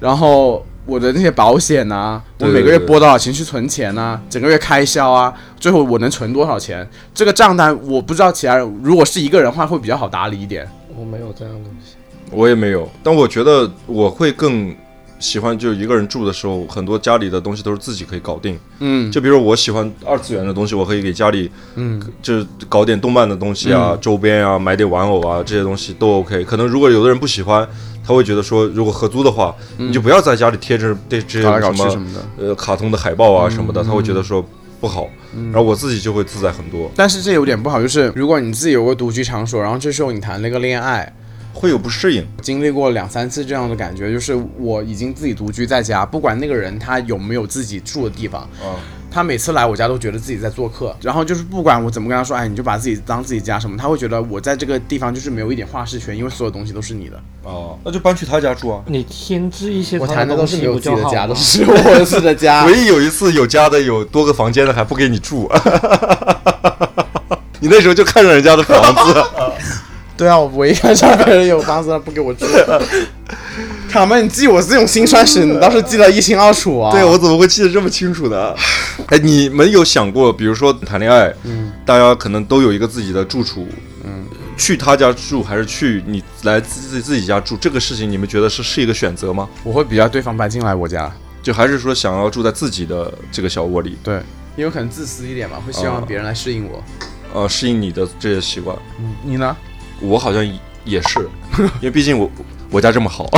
Speaker 3: 然后我的那些保险啊，我
Speaker 4: 对对
Speaker 3: 每个月
Speaker 4: 对
Speaker 3: 拨多少钱去存钱啊，整个月开销啊，最后我能存多少钱，这个账单我不知道其他人，如果是一个人的话会比较好打理一点。
Speaker 2: 我没有这样的东西。
Speaker 4: 我也没有，但我觉得我会更喜欢，就是一个人住的时候，很多家里的东西都是自己可以搞定。
Speaker 3: 嗯，
Speaker 4: 就比如我喜欢二次元的东西，我可以给家里，嗯，就是搞点动漫的东西
Speaker 3: 嗯
Speaker 4: 啊，周边啊，买点玩偶啊，这些东西都 OK。可能如果有的人不喜欢，他会觉得说，如果合租的话，你就不要在家里贴着这这些
Speaker 3: 嗯搞来搞
Speaker 4: 什
Speaker 3: 去
Speaker 4: 么
Speaker 3: 什么的嗯
Speaker 4: 呃卡通的海报啊什么的，他会觉得说不好。然后我自己就会自在很多，
Speaker 3: 但是这有点不好，就是如果你自己有个独居场所，然后这时候你谈了个恋爱，
Speaker 4: 会有不适应。
Speaker 3: 经历过两三次这样的感觉，就是我已经自己独居在家，不管那个人他有没有自己住的地方，
Speaker 4: 啊
Speaker 3: 他每次来我家都觉得自己在做客，然后就是不管我怎么跟他说，哎，你就把自己当自己家什么，他会觉得我在这个地方就是没有一点话事权，因为所有东西都是你的，
Speaker 4: 啊，那就搬去他家住啊。。
Speaker 2: 你添置一些
Speaker 3: 我
Speaker 2: 他
Speaker 3: 谈的
Speaker 2: 东
Speaker 3: 都是
Speaker 2: 西
Speaker 3: 没
Speaker 2: 不
Speaker 3: 有自
Speaker 2: 就
Speaker 3: 己的
Speaker 2: 好
Speaker 3: 家，
Speaker 2: 吗
Speaker 3: 都？是我自己的家
Speaker 4: 唯一有一次有家的有多个房间的还不给你住， 你那时候就看上人家的房子。啊
Speaker 3: 对啊，我唯一看上别人有房子他不给我住。 卡门，你记我这种辛酸史，你倒是记得一清二楚啊。
Speaker 4: 对，我怎么会记得这么清楚呢？哎，你们有想过，比如说谈恋爱，嗯，大家可能都有一个自己的住处，嗯，去他家住还是去你来自己自己家住，这个事情你们觉得是是一个选择吗？
Speaker 3: 我会比较对方搬进来我家。
Speaker 4: 就还是说想要住在自己的这个小窝里，
Speaker 3: 对，因为可能自私一点嘛，会希望别人来适应我。
Speaker 4: 呃，适应你的这些习惯？
Speaker 3: 你呢？
Speaker 4: 我好像也是，因为毕竟我我家这么好。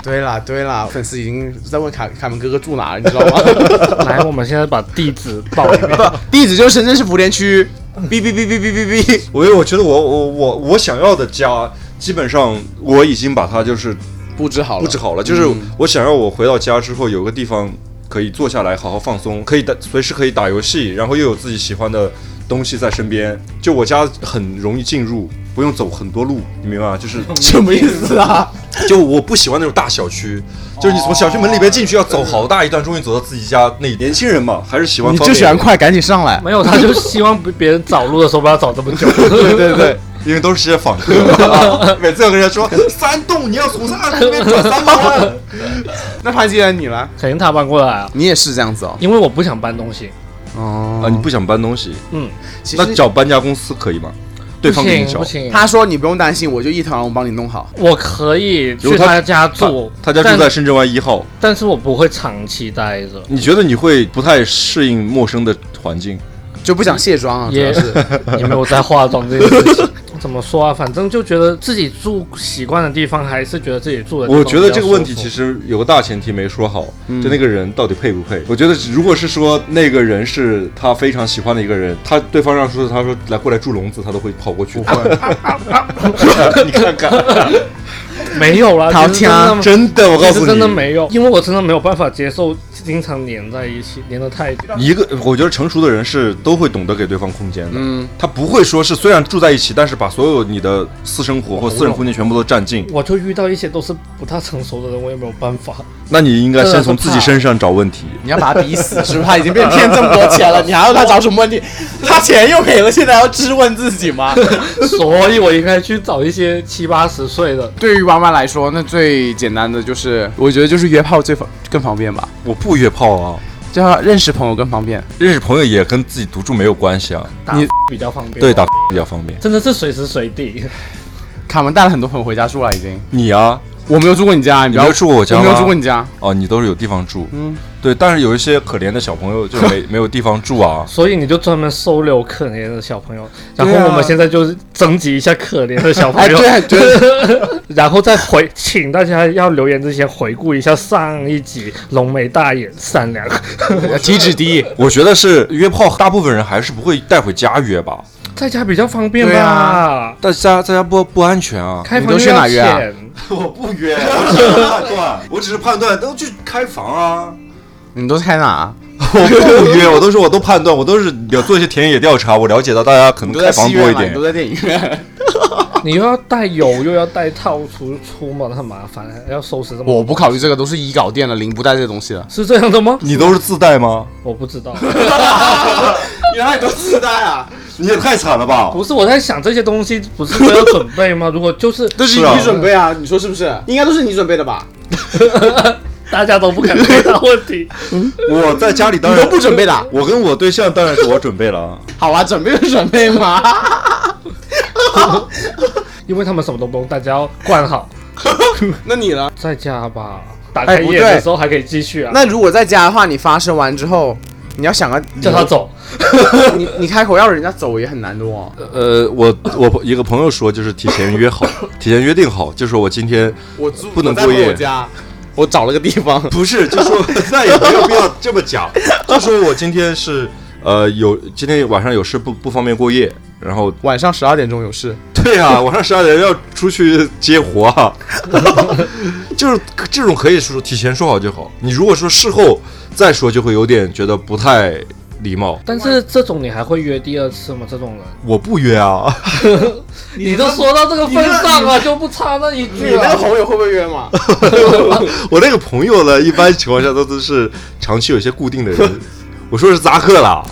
Speaker 3: 对啦对啦，粉丝已经在问卡卡门哥哥住哪，你知道吗？
Speaker 2: 来，我们现在把地址报一遍。
Speaker 3: 地址就是深圳市福田区。哔哔哔哔哔哔哔。
Speaker 4: 我因为我觉得我我我我想要的家，基本上我已经把它就是
Speaker 3: 布置好了，
Speaker 4: 布置好了，嗯就是我想要我回到家之后有个地方可以坐下来好好放松，可以打随时可以打游戏，然后又有自己喜欢的东西在身边。就我家很容易进入，不用走很多路，你明白吗？就是
Speaker 3: 什么意思 啊？
Speaker 4: 就我不喜欢那种大小区，就是你从小区门里边进去要走好大一段，终于走到自己家那。年轻人嘛，还是喜欢
Speaker 3: 你
Speaker 4: 方
Speaker 3: 就喜
Speaker 4: 便
Speaker 3: 欢
Speaker 4: 一点，
Speaker 3: 快，赶紧上来。
Speaker 2: 没有，他就希望别别人找路的时候不要找这 么久。
Speaker 3: 对对对，
Speaker 4: 因为都是些访客， 每次有跟人家说三栋你要从三那边转三弯。
Speaker 3: 那潘基然你呢？
Speaker 2: 肯定他搬过来啊，
Speaker 3: 你也是这样子哦。
Speaker 2: 因为我不想搬东西。
Speaker 3: 哦
Speaker 4: 啊，你不想搬东西，
Speaker 2: 嗯，
Speaker 3: 其
Speaker 4: 那
Speaker 3: 实
Speaker 4: 找搬家公司可以吗？对方给你
Speaker 2: 不
Speaker 4: 找。
Speaker 2: 行，不行
Speaker 3: 他说你不用担心，我就一条龙帮你弄好。
Speaker 2: 我可以
Speaker 4: 如
Speaker 2: 去
Speaker 4: 果他
Speaker 2: 他家
Speaker 4: 他
Speaker 2: 住，
Speaker 4: 他家住
Speaker 2: 但
Speaker 4: 在深圳湾一号，
Speaker 2: 但是我不会长期待着。
Speaker 4: 你觉得你会不太适应陌生的环境？
Speaker 3: 就不想卸妆啊，主
Speaker 2: 也
Speaker 3: 要是。
Speaker 2: 也没有在化妆这件事 情。怎么说啊？反正就觉得自己住习惯的地方，还是觉得自己住的地方
Speaker 4: 我觉得
Speaker 2: 比较
Speaker 4: 这个问题
Speaker 2: 舒服
Speaker 4: 其实有个大前提没说好，
Speaker 2: 嗯
Speaker 4: 就那个人到底配不配？我觉得如果是说那个人是他非常喜欢的一个人，他对方让说他说来过来住笼子，他都会跑过去。 你看 看，
Speaker 2: 没有啦，
Speaker 3: 陶
Speaker 2: 其实真的
Speaker 3: 腔
Speaker 4: 真的，我告
Speaker 2: 其
Speaker 4: 诉
Speaker 2: 实
Speaker 4: 你，
Speaker 2: 真的没有，因为我真的没有办法接受经常黏在一起，黏得太紧。
Speaker 4: 一个，我觉得成熟的人是都会懂得给对方空间的，他不会说是虽然住在一起，但是把所有你的私生活或私人空间全部都占尽。
Speaker 2: 我就遇到一些都是不太成熟的人，我也没有办 法。
Speaker 4: 那你应该先从自己身上找问题。
Speaker 3: 你要把他逼死是不是？他已经被骗这么多钱了，你还要他找什么问题？他钱又给了，现在还要质问自己吗？
Speaker 2: 所以我应该去找一些七八十岁的。
Speaker 3: 对于弯弯来说，那最简单的就是，我觉得就是约炮最方更方便吧，
Speaker 4: 我不约炮啊，
Speaker 3: 这样认识朋友更方便。
Speaker 4: 认识朋友也跟自己独住没有关系啊。
Speaker 2: 打
Speaker 3: 你
Speaker 2: 比较方便，
Speaker 4: 对，打 比较方便。
Speaker 2: 真的是随时随地。
Speaker 3: 卡门带了很多朋友回家住了，已经。
Speaker 4: 你啊，
Speaker 3: 我没有住过你家，你不
Speaker 4: 你
Speaker 3: 要
Speaker 4: 没有住过我家
Speaker 3: 我
Speaker 4: 吗？
Speaker 3: 没有住过你 家。
Speaker 4: 哦，你都是有地方住。
Speaker 3: 嗯，
Speaker 4: 对，但是有一些可怜的小朋友就 没没有地方住啊。
Speaker 2: 所以你就专门收留可怜的小朋友，
Speaker 3: 对
Speaker 2: 然
Speaker 3: 啊
Speaker 2: 后我们现在就是征集一下可怜的小朋友，
Speaker 3: 哎对
Speaker 2: 对， 然后再回，请大家要留言之前回顾一下上一集浓眉大眼善良，
Speaker 3: 体脂低，
Speaker 4: 我觉得是约炮，大部分人还是不会带回家约吧，
Speaker 2: 在家比较方便
Speaker 3: 对
Speaker 2: 吧？
Speaker 3: 啊
Speaker 4: 在家在家不不安全啊。
Speaker 2: 开
Speaker 3: 你
Speaker 2: 房
Speaker 3: 都
Speaker 2: 又
Speaker 3: 去
Speaker 2: 要
Speaker 3: 哪约啊
Speaker 2: 钱
Speaker 4: 我不 约，我只是判断，我只是判断，都去开房啊。
Speaker 3: 你都开哪？
Speaker 4: 我不约，我都是我都判断，我都是有做一些田野调查，我了解到大家可能
Speaker 3: 你都
Speaker 4: 开
Speaker 3: 在
Speaker 4: 房
Speaker 3: 戏
Speaker 4: 多一
Speaker 3: 院嘛，
Speaker 4: 点
Speaker 3: 你都。在电影院。
Speaker 2: 你又要带油又要带套出出门，很麻烦，还要收拾这么
Speaker 3: 我不考虑这个，都是医搞店的，零不带这些东西的。
Speaker 2: 是这样的吗？
Speaker 4: 你都是自带吗？
Speaker 2: 我不 知道，
Speaker 3: 原来你都自带啊？
Speaker 4: 你也太惨了吧！
Speaker 2: 不是我在想这些东西不是都要准备吗？如果就是
Speaker 3: 都是
Speaker 4: 是啊
Speaker 3: 你准备啊？你说是不是？应该都是你准备的吧？
Speaker 2: 大家都不敢回答问题，
Speaker 4: 我在家里当
Speaker 3: 你
Speaker 4: 然
Speaker 3: 都不准备的啊？
Speaker 4: 我跟我对象当然是我准备了啊。
Speaker 3: 好啊，准备就准备嘛。
Speaker 2: 因为他们什么都不用，大家要灌好。
Speaker 3: 那你呢？
Speaker 2: 在家吧，打
Speaker 3: 哎
Speaker 2: 开
Speaker 3: 不
Speaker 2: 夜的
Speaker 3: 对
Speaker 2: 时候还可以继续啊。
Speaker 3: 那如果在家的话，你发生完之后，你要想啊，
Speaker 2: 叫他走，
Speaker 3: 你，你你开口要人家走也很难的哦。
Speaker 4: 呃，我我一个朋友说，就是提前 约好，提前约定好，就说我今天
Speaker 3: 我住
Speaker 4: 不能
Speaker 3: 我在
Speaker 4: 过夜
Speaker 3: 我家，我找了个地方。
Speaker 4: 不是，就说那也没有必要这么讲， 就说我今天是呃有今天晚上有事不不方便过夜，然后
Speaker 3: 晚上十二点钟有事，
Speaker 4: 对啊，晚上十二点要出去接活啊， 就是这种可以说提前说好就好，你如果说事后再说，就会有点觉得不太礼貌。
Speaker 2: 但是这种你还会约第二次吗？这种人，
Speaker 4: 我不约啊，
Speaker 2: 你都说到这个份上了，就不差那一句啊了。
Speaker 3: 朋友会不会约嘛？
Speaker 4: 我那个朋友呢，一般情况下都都是长期有一些固定的人。我说是扎克啦，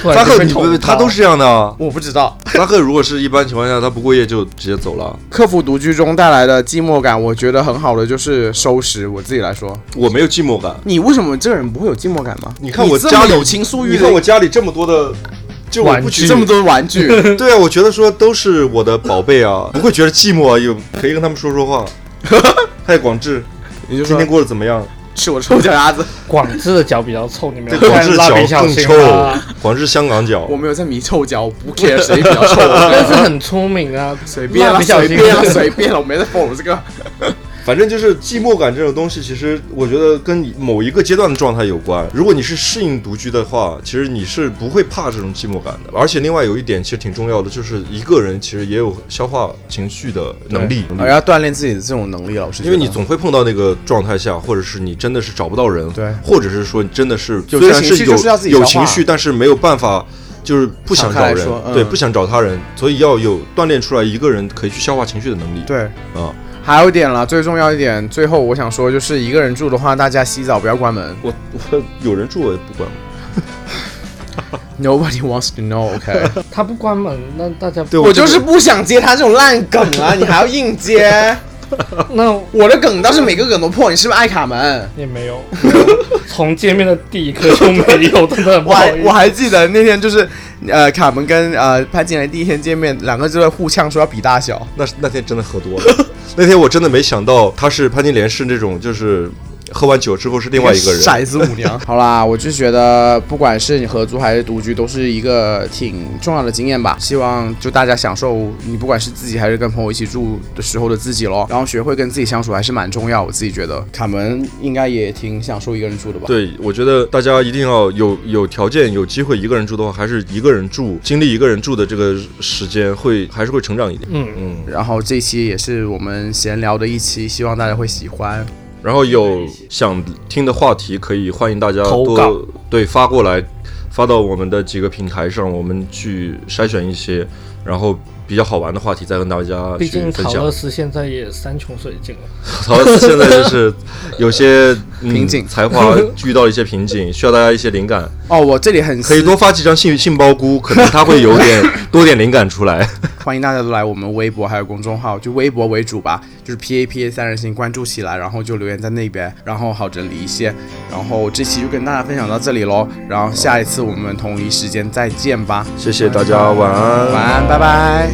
Speaker 2: 突
Speaker 4: 扎
Speaker 2: 然就
Speaker 4: 克
Speaker 2: 被
Speaker 4: 你
Speaker 2: 捅
Speaker 4: 不
Speaker 2: 到
Speaker 4: 他都是这样的啊。
Speaker 3: 我不知道。
Speaker 4: 扎克如果是一般情况下他不过夜就直接走了，
Speaker 3: 克服独居中带来的寂寞感，我觉得很好的就是收拾。我自己来说，
Speaker 4: 我没有寂寞感。
Speaker 3: 你为什么这个人不会有寂寞感吗？
Speaker 4: 你看我
Speaker 3: 这
Speaker 4: 家
Speaker 3: 么
Speaker 4: 里
Speaker 3: 有情愫欲
Speaker 4: 你
Speaker 3: 的
Speaker 4: 看我家里这么多的，就我
Speaker 2: 玩
Speaker 4: 不
Speaker 2: 具
Speaker 4: 觉
Speaker 3: 这么多玩具，
Speaker 4: 对啊，我觉得说都是我的宝 贝啊，不会觉得寂寞啊，有可以跟他们说说话。嗨，广志，
Speaker 3: 你就
Speaker 4: 今
Speaker 3: 说
Speaker 4: 天过得怎 么样？
Speaker 3: 吃我臭脚丫子，
Speaker 2: 广智的脚比较臭，你没有
Speaker 4: 广
Speaker 2: 看
Speaker 4: 志
Speaker 2: 蜡笔
Speaker 4: 脚
Speaker 2: 小
Speaker 4: 更
Speaker 2: 新啊
Speaker 4: 臭
Speaker 2: 吗？，
Speaker 4: 广志香港脚
Speaker 3: 我。没有在迷臭脚，我不 care 谁比较臭，我
Speaker 2: 但是很出名啊，
Speaker 3: 随便
Speaker 2: 蜡
Speaker 3: 了，
Speaker 2: 笔小
Speaker 3: 随
Speaker 2: 新
Speaker 3: 便了，随便了，我没在 follow 这 个。
Speaker 4: 反正就是寂寞感这种东西，其实我觉得跟你某一个阶段的状态有关。如果你是适应独居的话，其实你是不会怕这种寂寞感的。而且另外有一点其实挺重要的，就是一个人其实也有消化情绪的能力。
Speaker 3: 而要锻炼自己的这种能力啊了，我是觉
Speaker 4: 因
Speaker 3: 得
Speaker 4: 为你总会碰到那个状态下，或者是你真的是找不到人，
Speaker 3: 对
Speaker 4: 或者是说你真的是
Speaker 3: 有些
Speaker 4: 虽然
Speaker 3: 情绪
Speaker 4: 有
Speaker 3: 就是要自己消
Speaker 4: 有
Speaker 3: 化
Speaker 4: 情绪，但是没有办法，就是不想找
Speaker 3: 敞开来
Speaker 4: 人
Speaker 3: 说，嗯
Speaker 4: 对，不想找他人，所以要有锻炼出来一个人可以去消化情绪的能力。
Speaker 3: 对。
Speaker 4: 啊，
Speaker 3: 还有一点了，最重要一点，最后我想说，就是一个人住的话，大家洗澡不要关门。
Speaker 4: 我我有人住我也不管，
Speaker 3: Nobody wants to know. OK，
Speaker 2: 他不关门，那大家
Speaker 4: 对
Speaker 3: 我就是不想接他这种烂梗啊，你还要硬接。
Speaker 2: 那
Speaker 3: 我的梗倒是每个梗都破，你是不是爱卡门？
Speaker 2: 也没有，从见面的第一刻就没有，真的很不
Speaker 3: 我
Speaker 2: 好
Speaker 3: 还
Speaker 2: 意
Speaker 3: 我
Speaker 2: 思。
Speaker 3: 还记得那天就是，呃，卡门跟呃潘金莲第一天见面，两个就在互呛说要比大小。
Speaker 4: 那是那天真的喝多了， 那天我真的没想到他是潘金莲，是这种就是喝完酒之后是另外一个人。
Speaker 3: 骰子舞娘。 好啦，我就觉得不管是你合租还是独居，都是一个挺重要的经验吧。希望就大家享受你不管是自己还是跟朋友一起住的时候的自己咯。然后学会跟自己相处还是蛮重要，我自己觉得。卡门应该也挺享受一个人住的吧？
Speaker 4: 对，我觉得大家一定要有有条件、有机会一个人住的话，还是一个人住，经历一个人住的这个时间会还是会成长一点。
Speaker 2: 嗯，
Speaker 4: 嗯，
Speaker 3: 然后这期也是我们闲聊的一期，希望大家会喜欢。
Speaker 4: 然后有想听的话题，可以欢迎大家
Speaker 2: 投稿
Speaker 4: 多对发过来，发到我们的几个平台上，我们去筛选一些，然后比较好玩的话题再跟大家
Speaker 2: 毕
Speaker 4: 去
Speaker 2: 竟
Speaker 4: 分
Speaker 2: 陶
Speaker 4: 享
Speaker 2: 乐。斯现在也山穷水尽了。
Speaker 4: 陶乐斯现在就是有些、嗯
Speaker 3: 瓶颈
Speaker 4: 才华遇到了一些瓶颈，需要大家一些灵感，
Speaker 3: 哦，我这里很
Speaker 4: 可以多发几张杏杏鲍菇，可能他会 有点多点灵感出来。
Speaker 3: 欢迎大家都来我们微博还有公众号，就微博为主吧，就是 P A P A 三人行关注起来，然后就留言在那边，然后好整理一些。然后这期就跟大家分享到这里喽，然后下一次我们同一时间再见吧，
Speaker 4: 谢谢大家，晚安。
Speaker 3: 晚安，拜拜